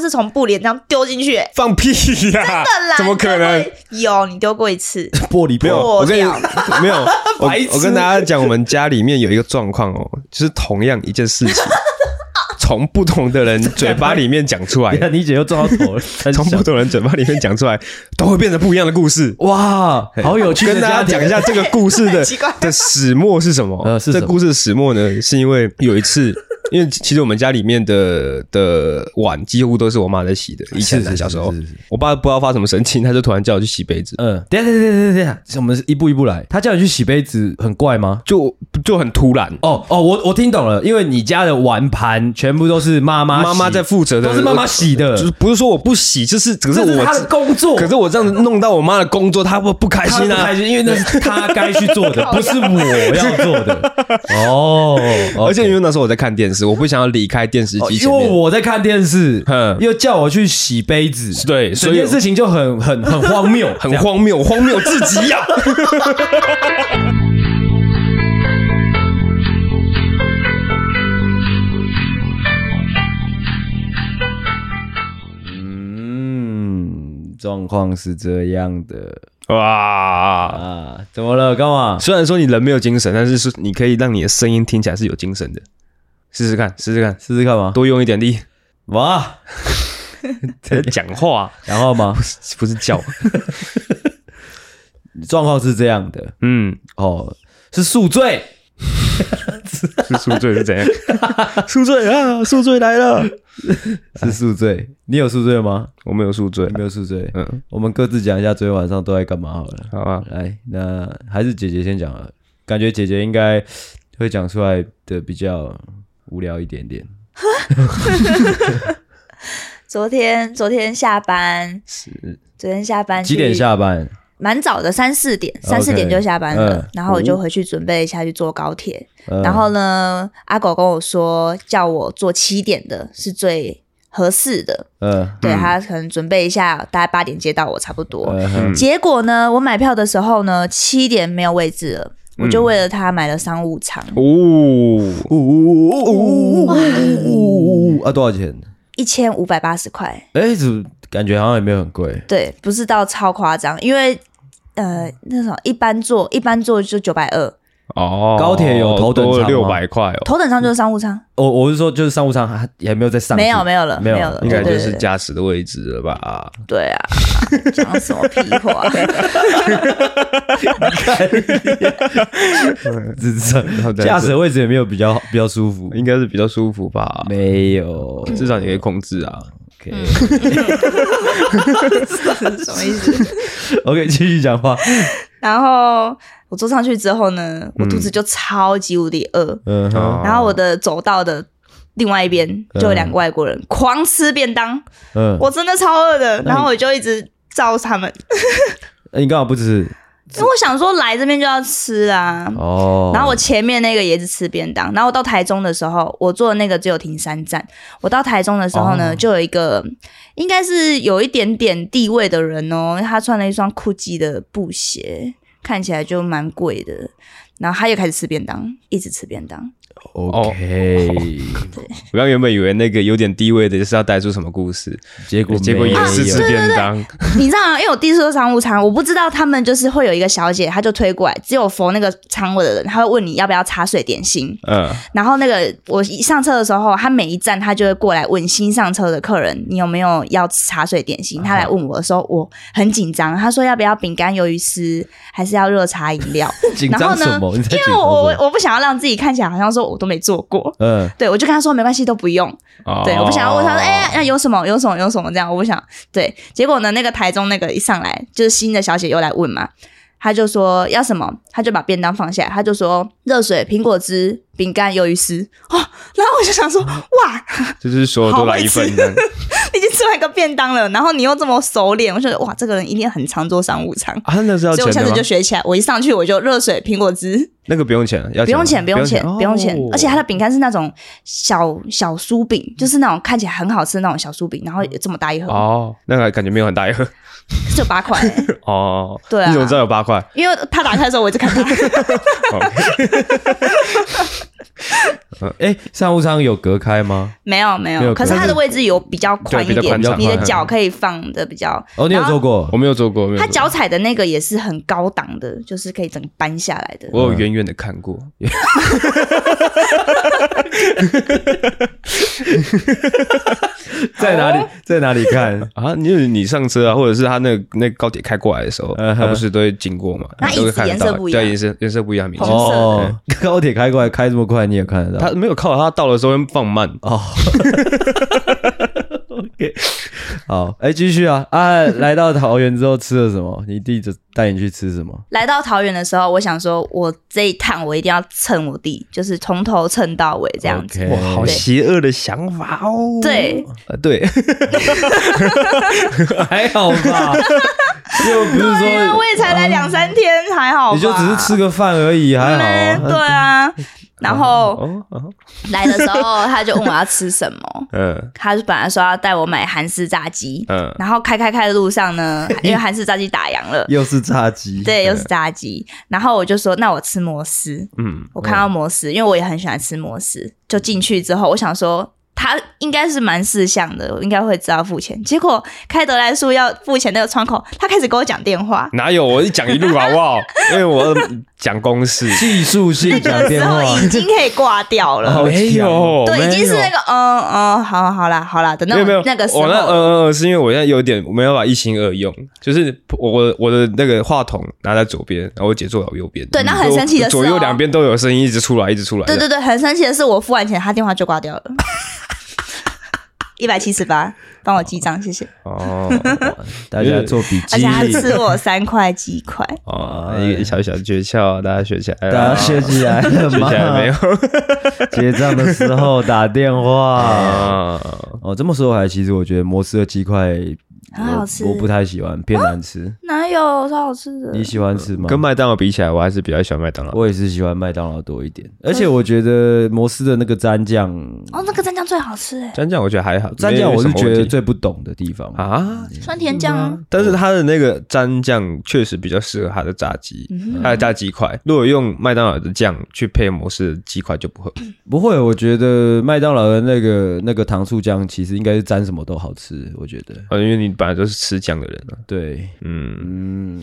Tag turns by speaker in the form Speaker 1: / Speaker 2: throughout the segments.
Speaker 1: 是从布帘这样丢进去、欸，
Speaker 2: 放屁呀、
Speaker 1: 真的啦
Speaker 2: 怎么可能？？
Speaker 1: 你丢过有，你丢过一次，
Speaker 3: 玻璃
Speaker 2: 没有，
Speaker 1: 破
Speaker 2: 我跟你
Speaker 1: 掉
Speaker 2: 没有，我
Speaker 3: 白痴
Speaker 2: 我跟大家讲，我们家里面有一个状况哦，就是同样一件 事情，从不同的人嘴巴里面讲出 来
Speaker 3: 你，看你姐又撞到头 了，三
Speaker 2: 从
Speaker 3: 小
Speaker 2: 不同人嘴巴里面讲出来，都会变成不一样的故事。
Speaker 3: 哇，好有趣！
Speaker 2: 跟大家讲一，下这个 故事的
Speaker 1: 奇怪
Speaker 2: 的始末是什么？
Speaker 3: 呃是什么
Speaker 2: 这故事的始末呢，是因为有一次。因为其实我们家里面的的碗几乎都是我妈在洗的，以前
Speaker 3: 是是
Speaker 2: 小时候
Speaker 3: 是是是，
Speaker 2: 我爸不知道发什么神经，他就突然叫我去洗杯子，
Speaker 3: 嗯，等一下等一下等一下等一下，我们是一步一步来。他叫你去洗杯子，很怪吗？
Speaker 2: 就就很突然，
Speaker 3: 哦哦，我我听懂了，因为你家的碗盘全部都是妈妈洗
Speaker 2: 妈妈在，负责的，
Speaker 3: 都是妈妈洗的，
Speaker 2: 就是不是说我不洗，就是可是
Speaker 3: 这是
Speaker 2: 我
Speaker 3: 他的工作，
Speaker 2: 可是我这样子弄到我妈的工作，她会不开
Speaker 3: 他
Speaker 2: 心
Speaker 3: 不
Speaker 2: 啊
Speaker 3: 开。心，因为那是他该去做的，不是我要做 的。哦，
Speaker 2: 而且因为那时候我在看电视，我不想要离开电视
Speaker 3: 哦
Speaker 2: 机
Speaker 3: 因
Speaker 2: 前
Speaker 3: 为
Speaker 2: 面。
Speaker 3: 我在看电 视
Speaker 2: 嗯，
Speaker 3: 又叫我去洗杯子，
Speaker 2: 对，
Speaker 3: 整
Speaker 2: 所以
Speaker 3: 件事情就很很 很荒谬，
Speaker 2: 很荒谬，荒谬至极啊呀、
Speaker 3: 嗯，状况是这样的
Speaker 2: 哇！
Speaker 3: 啊，怎么了，干嘛？
Speaker 2: 虽然说你人没有精神，但是是你可以让你的声音听起来是有精神的。试试看，试试看，
Speaker 3: 试试看嘛，
Speaker 2: 多用一点力。
Speaker 3: 哇，
Speaker 2: 讲话
Speaker 3: 然后 嘛，
Speaker 2: 不是叫，
Speaker 3: 状况是这样的
Speaker 2: 嗯，
Speaker 3: 哦，是宿醉，
Speaker 2: 是宿醉是怎样？ 宿醉啊，宿醉来了！
Speaker 3: 是宿醉。你有宿醉吗？
Speaker 2: 我没有宿醉啊
Speaker 3: 你，没有宿醉。
Speaker 2: 嗯，
Speaker 3: 我们各自讲一下昨天晚上都在干嘛好了。
Speaker 2: 好啊，
Speaker 1: 嗯
Speaker 3: 来，那还是姐姐先讲了，感觉姐姐应该会讲出来的比较无聊一点点。
Speaker 1: 昨天昨天下班，昨天下班
Speaker 3: 几点
Speaker 1: 去？
Speaker 3: 下班？
Speaker 1: 蛮早的，三四
Speaker 2: 哦
Speaker 1: 点，三四
Speaker 3: OK，
Speaker 1: 点就下班了。
Speaker 3: 嗯
Speaker 1: 然后我就回去准备一下去坐高铁。
Speaker 2: 哦
Speaker 3: 呃
Speaker 1: 然后呢，阿狗跟我说叫我坐七点的是最合适的，
Speaker 3: 呃，
Speaker 1: 对他可能准备一下，大概八点接到我差不多。
Speaker 3: 呃哼
Speaker 2: 嗯嗯
Speaker 1: 结果呢，我买票的时候呢，七点没有位置了，我就
Speaker 2: 嗯
Speaker 1: 为了他买了商务舱，
Speaker 2: 哦，
Speaker 3: 呜呜呜呜呜呜呜呜啊，多少钱？
Speaker 1: 一千五百八十块。
Speaker 3: 哎，怎么感觉好像也没有很贵？
Speaker 1: 对，不是到超夸张，因为呃，那种一般座，一般座就九百二，
Speaker 2: 哦，
Speaker 3: 高铁有头等舱
Speaker 2: 多了
Speaker 3: 吗
Speaker 2: 六百块哦，
Speaker 1: 头等舱就是商务舱，
Speaker 3: 我我是说，就是商务舱还也没有在上去，
Speaker 1: 没有没有了，
Speaker 3: 没
Speaker 1: 没
Speaker 3: 有
Speaker 1: 有了，
Speaker 2: 应该
Speaker 1: 对对
Speaker 2: 就是
Speaker 1: 对
Speaker 2: 驾驶的位置了吧？
Speaker 1: 对啊，讲什么屁 话？
Speaker 3: 只 是
Speaker 2: 在
Speaker 3: 驾驶的位置也没有比较比较舒 服，
Speaker 2: 应该是比较舒服吧？
Speaker 1: 嗯
Speaker 3: 没有，
Speaker 2: 至少你可以控制啊。
Speaker 3: OK
Speaker 1: 什么意思？
Speaker 3: OK，继续讲 话，
Speaker 1: 然后我坐上去之后呢，我肚子就超级无敌饿，
Speaker 3: 嗯哼，
Speaker 2: 哦
Speaker 1: 然后我的走道的。另外一边就有两个外国人、狂吃便当，
Speaker 3: 嗯，
Speaker 1: 我真的超饿的，
Speaker 3: 那你
Speaker 1: 然后我就一直照他们，
Speaker 3: 哎你干嘛不吃？
Speaker 1: 因为我想说来这边就要吃啊。
Speaker 3: 哦，
Speaker 1: 然后我前面那个也是吃便当，然后我到台中的时候，我坐的那个只有停三站。我到台中的时候呢，
Speaker 3: 哦
Speaker 1: 就有一个应该是有一点点地位的人哦，他穿了一双 GUCCI 的布鞋，看起来就蛮贵的。然后他又开始吃便当，一直吃便当。
Speaker 3: OK，
Speaker 2: 哦我刚原本以为那个有点地位的是要带出什么故事，
Speaker 3: 结果
Speaker 2: 结果也是
Speaker 1: 啊
Speaker 2: 吃
Speaker 3: 没有
Speaker 2: 便当。
Speaker 1: 你知道吗？因为我第一次做商务舱，我不知道他们就是会有一个小姐，她就推过来，只有服那个舱位的人，她会问你要不要茶水点心。
Speaker 2: 嗯，
Speaker 1: 然后那个我一上车的时候，他每一站他就会过来问新上车的客人，你有没有要吃茶水点
Speaker 3: 啊
Speaker 1: 心？他来问我的时候，我很紧张。他说要不要饼干、鱿鱼丝，还是要热茶饮 料？
Speaker 3: 紧
Speaker 1: 然后
Speaker 3: 张
Speaker 1: 呢
Speaker 3: 什么？你在
Speaker 1: 因
Speaker 3: 紧
Speaker 1: 为
Speaker 3: 张
Speaker 1: 我我
Speaker 3: 什么
Speaker 1: 我不想要让自己看起来好像说我都没做过。
Speaker 3: 嗯，
Speaker 1: 对，我就跟他说没关系，都不用。
Speaker 2: 哦
Speaker 1: 对，我不想要问他说，哎、那有什么？有什么？有什么？这样我不想。对，结果呢，那个台中那个一上来就是新的小姐又来问嘛，她就说要什么，她就把便当放下，她就说热水、苹果汁、饼干、鱿鱼丝。 哦，然后我就想说，哇，
Speaker 2: 就是所有都来一份这样。
Speaker 1: 你已经吃完一个便当了，然后你又这么熟练，我就觉得哇，这个人一定很常做商务舱。
Speaker 2: 啊，那是要
Speaker 1: 所以我下
Speaker 2: 钱
Speaker 1: 次
Speaker 2: 的
Speaker 1: 就
Speaker 2: 吗？
Speaker 1: 学起来，我一上去我就热水、苹果汁，
Speaker 2: 那个不用钱，要
Speaker 1: 不用钱，
Speaker 2: 吗
Speaker 1: 不用钱，不用钱。而且它
Speaker 2: 哦
Speaker 1: 的饼干是那种小小酥饼，就是那种看起来很好吃的那种小酥饼，然后这么大一盒，
Speaker 2: 哦，那个感觉没有很大一盒
Speaker 1: 就八 块、欸。
Speaker 2: 哦。
Speaker 1: 对啊
Speaker 2: 你怎么知道有八块？
Speaker 1: 因为他打开的时候我一直看他，
Speaker 2: 哦
Speaker 3: 嗯，哎，商务舱有隔开吗？
Speaker 1: 没有没
Speaker 3: 没有
Speaker 1: 有，可是
Speaker 3: 可是
Speaker 1: 它的位置有比较宽一
Speaker 2: 对比较
Speaker 1: 点
Speaker 2: 宽敞，
Speaker 1: 你的
Speaker 2: 嗯
Speaker 1: 脚可以放的比 较。
Speaker 3: 哦，你有
Speaker 1: 然后
Speaker 3: 坐过
Speaker 2: 我？没有做过，没有
Speaker 1: 它
Speaker 2: 做过
Speaker 1: 脚踩的那个也是很高档的，就是可以整个搬下来的。
Speaker 2: 我有远远的看过，
Speaker 3: 在哪
Speaker 1: 哦
Speaker 3: 里？在哪里 看？
Speaker 2: 啊，你你上车啊，或者是他那个那个高铁开过来的时候，
Speaker 3: 嗯哼
Speaker 2: 他不是都会经过嘛？
Speaker 1: 那
Speaker 2: 你都会看得
Speaker 1: 椅子颜色
Speaker 2: 到
Speaker 1: 不一样
Speaker 2: 对，颜色颜色不一样，明显。
Speaker 1: 红色的
Speaker 3: 哦， 高铁开过来开这么快，你也看得到
Speaker 2: 他？没有靠，他到的时候会放慢。
Speaker 3: 哦 ，OK，好，哎，继续啊啊！来到桃园之后吃了什么？你弟就带你去吃什么？
Speaker 1: 来到桃园的时候，我想说，我这一趟我一定要蹭我弟，就是从头蹭到尾这样子。
Speaker 3: OK
Speaker 2: 哇，好邪恶的想法哦！
Speaker 1: 对，
Speaker 2: 呃，对，
Speaker 3: 还好吧，又不是
Speaker 1: 对啊，
Speaker 3: 说
Speaker 1: 我也才来两三天，还好吧？
Speaker 3: 你就只是吃个饭而已，还
Speaker 1: 嗯
Speaker 3: 好啊。
Speaker 1: 对 啊。然后
Speaker 2: 哦，哦
Speaker 1: 来的时候，他就问我要吃什么，
Speaker 2: 嗯
Speaker 1: 他就本来说要带我买韩式炸鸡，
Speaker 2: 嗯，
Speaker 1: 然后开开开的路上 呢，因为韩式炸鸡打烊了，
Speaker 3: 又是炸鸡，
Speaker 1: 对，又是炸鸡，然后我就说那我吃摩斯，
Speaker 2: 嗯，
Speaker 1: 我看到摩斯，因为我也很喜欢吃摩斯，就进去之后，我想说他应该是蛮识相的，我应该会知道付钱。结果开德莱树要付钱那个窗口，他开始给我讲电话。
Speaker 2: 哪有我一讲一路好不好？ 因为我讲公式，
Speaker 3: 技术性
Speaker 1: 那
Speaker 3: 讲
Speaker 1: 个时
Speaker 3: 电
Speaker 1: 候
Speaker 3: 话，
Speaker 1: 已经可以挂 掉了，
Speaker 3: 好
Speaker 2: 没
Speaker 3: 强
Speaker 2: 有
Speaker 3: 哦，
Speaker 1: 对，已经是
Speaker 2: 没有
Speaker 1: 那个嗯嗯，好好啦好啦的那
Speaker 2: 没有没有
Speaker 1: 种那个时候
Speaker 2: 我，那呃呃，是因为我现在有点没有办法一心二用，就是我我的那个话筒拿在左边，然后我姐坐在我右边，嗯
Speaker 1: 对那很神奇的是哦
Speaker 2: 左右两边都有声音一直出来，一直出来，
Speaker 1: 对对对，很神奇的是，我付完钱，他电话就挂掉 了。一百七十八，帮我记账，谢谢。
Speaker 2: 哦
Speaker 3: 大家做笔
Speaker 1: 而
Speaker 3: 记
Speaker 1: 且，他吃我三块鸡块，
Speaker 2: 哦，一个小小诀窍，大家学起来了，
Speaker 3: 大家学起来了
Speaker 2: 学起来没有
Speaker 3: 吗？？结账的时候打电话。
Speaker 2: 啊，
Speaker 3: 哦，这么说来，其实我觉得摩斯的鸡块
Speaker 1: 很好
Speaker 3: 我
Speaker 1: 吃啊
Speaker 3: 我不太喜欢，偏难吃。
Speaker 1: 哪有超好吃的
Speaker 3: 你？喜欢吃吗？
Speaker 2: 跟麦当劳比起来，我还是比较喜欢麦当劳。
Speaker 3: 我也是喜欢麦当劳多一点，而且
Speaker 1: 嗯
Speaker 3: 我觉得摩斯的那个蘸酱，
Speaker 1: 哦，那个蘸酱最好吃哎，
Speaker 2: 蘸酱我觉得还好，
Speaker 3: 蘸酱我是
Speaker 2: 没什么
Speaker 3: 觉
Speaker 2: 问
Speaker 3: 得
Speaker 2: 题
Speaker 3: 最不懂的地方。
Speaker 2: 啊，
Speaker 1: 酸甜酱啊。
Speaker 2: 但是它的那个蘸酱确实比较适合它的炸鸡，
Speaker 1: 嗯
Speaker 2: 它的炸鸡块。如果用麦当劳的酱去配摩斯的鸡块就不合。
Speaker 3: 不会，我觉得麦当劳的那个那个糖醋酱其实应该是沾什么都好吃，我觉得。
Speaker 2: 啊，因为你本来就是吃酱的人啊。
Speaker 3: 对，
Speaker 2: 嗯，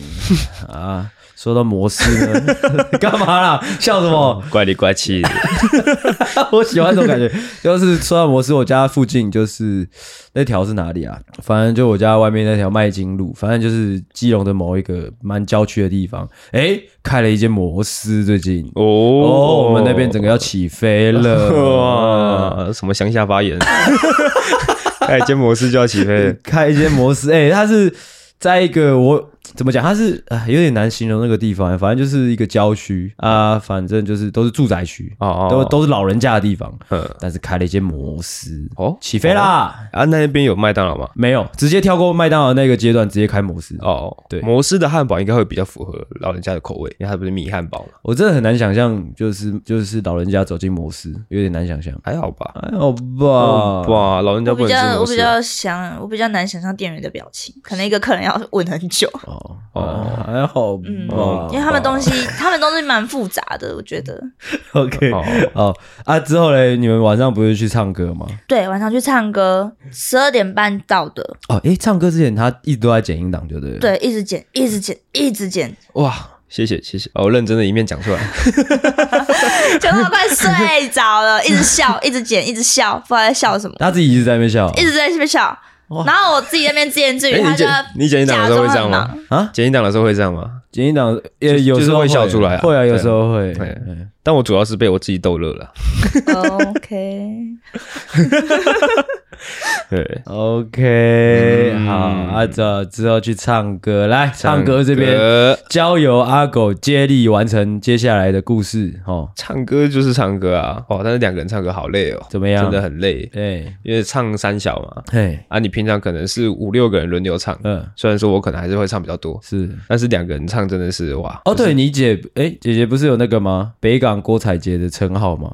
Speaker 3: 嗯啊，说到摩斯呢， 干嘛啦？笑什么？
Speaker 2: 怪里怪 气的。
Speaker 3: 我喜欢这种感觉， 就是说到摩斯，我家附近就是那条是哪里啊？反正就我家外面那条麦金路，反正就是基隆的某一个蛮郊区的地方，诶，开了一间摩斯，最近。
Speaker 2: 哦，
Speaker 3: 哦，我们那边 整个要起飞了，
Speaker 2: 哇，什么乡下发 言？哎，煎摩斯就要起飞了。
Speaker 3: 开一间摩斯，哎、它是在一个我怎么讲，它是啊有点难形容那个地方，反正就是一个郊区啊，反正就是都是住宅区，
Speaker 2: 哦
Speaker 3: 都都是老人家的地方，
Speaker 2: 嗯
Speaker 3: 但是开了一间摩斯，
Speaker 2: 哦
Speaker 3: 起飞啦！
Speaker 2: 啊，那边有麦当劳吗？
Speaker 3: 没有，直接跳过麦当劳那个阶段，直接开摩斯。哦，
Speaker 2: 哦，
Speaker 3: 对
Speaker 2: 摩斯的汉堡应该会比较符合老人家的口味，因为它不是米汉堡嘛，
Speaker 3: 我真的很难想象，就是就是老人家走进摩斯，有点难想象。
Speaker 2: 还好吧？
Speaker 3: 还好吧，哦
Speaker 2: 哇，老人家
Speaker 1: 我
Speaker 2: 不
Speaker 1: 比
Speaker 2: 能吃
Speaker 1: 较我
Speaker 2: 摩
Speaker 1: 比
Speaker 2: 斯啊
Speaker 1: 较想，我比较难想象店员的表情，可能一个客人要问很久，
Speaker 3: 哦
Speaker 2: 哦
Speaker 3: 哦，还好
Speaker 1: 嗯
Speaker 3: 吧，
Speaker 1: 因为他们东西 他们东西蛮复杂的，我觉得。
Speaker 3: OK
Speaker 2: 哦
Speaker 3: 哦啊，之后嘞，你们晚上不是去唱歌吗？
Speaker 1: 对，晚上去唱歌，十二点半到的，
Speaker 3: 哦，诶，唱歌之前他一直都在剪音档，对不对？，
Speaker 1: 对，一直剪，一直剪，一直剪，
Speaker 2: 哇，谢谢谢谢，哦我认真的一面讲出来，
Speaker 1: 讲到快睡着 了，一直笑，一直剪，一直笑，不知道在笑
Speaker 2: 哦
Speaker 1: 什么，
Speaker 3: 他自己一直在那边笑啊
Speaker 1: 一直在那边笑。然后我自己在那边自言自语，
Speaker 2: 哎 你
Speaker 1: 他就
Speaker 2: 剪你剪一档的时候会这样吗
Speaker 1: 假装很忙？
Speaker 3: 啊，
Speaker 2: 剪音档的时候会这样吗？
Speaker 3: 剪音档也有
Speaker 2: 就
Speaker 3: 时候
Speaker 2: 是会笑出来啊
Speaker 3: 会啊，
Speaker 2: 对啊
Speaker 3: 有时候会。
Speaker 2: 对哎
Speaker 3: 嗯
Speaker 2: 但我主要是被我自己逗乐了，
Speaker 1: 哦 OK，
Speaker 2: 对，
Speaker 3: OK，
Speaker 2: 嗯
Speaker 3: 好，啊，这之后去唱歌，来唱歌这边。
Speaker 2: 边
Speaker 3: 交由阿狗接力完成接下来的故事哦。
Speaker 2: 唱歌就是唱歌啊，哦，但是两个人唱歌好累哦，
Speaker 3: 怎么样
Speaker 2: 真的很累，
Speaker 3: 对，
Speaker 2: 因为唱三小嘛，
Speaker 3: 嘿，
Speaker 2: 啊，你平常可能是五六个人轮流唱，
Speaker 3: 嗯，
Speaker 2: 虽然说我可能还是会唱比较多，
Speaker 3: 是。
Speaker 2: 但是两个人唱真的是哇，
Speaker 3: 哦，对你姐，哎、姐姐不是有那个吗？北港郭采洁的称号吗？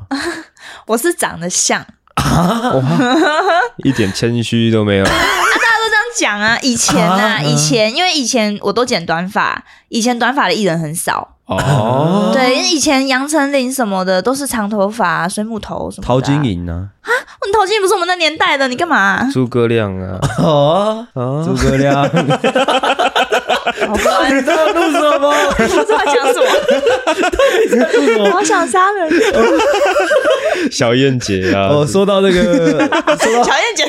Speaker 1: 我是长得像，
Speaker 2: 哦 一点谦虚都没有，
Speaker 1: 大家都这样讲啊，以前啊，
Speaker 3: 啊
Speaker 1: 以前因为以前我都剪短发，以前短发的艺人很少，
Speaker 2: 哦，
Speaker 1: 对，因为以前杨丞琳什么的都是长头发、水母头什么的、
Speaker 3: 陶晶
Speaker 1: 莹，
Speaker 3: 莹啊呢？
Speaker 1: 你陶晶莹不是我们那年代的，你干嘛、
Speaker 2: 诸葛亮啊，
Speaker 3: 哦，
Speaker 2: 啊
Speaker 3: 诸葛 亮，你
Speaker 1: 好乖，
Speaker 3: 在录什么？
Speaker 1: 不知道讲什么，好想杀人。
Speaker 2: 小燕姐啊，
Speaker 3: 哦，说到这个， 说到
Speaker 1: 乔燕姐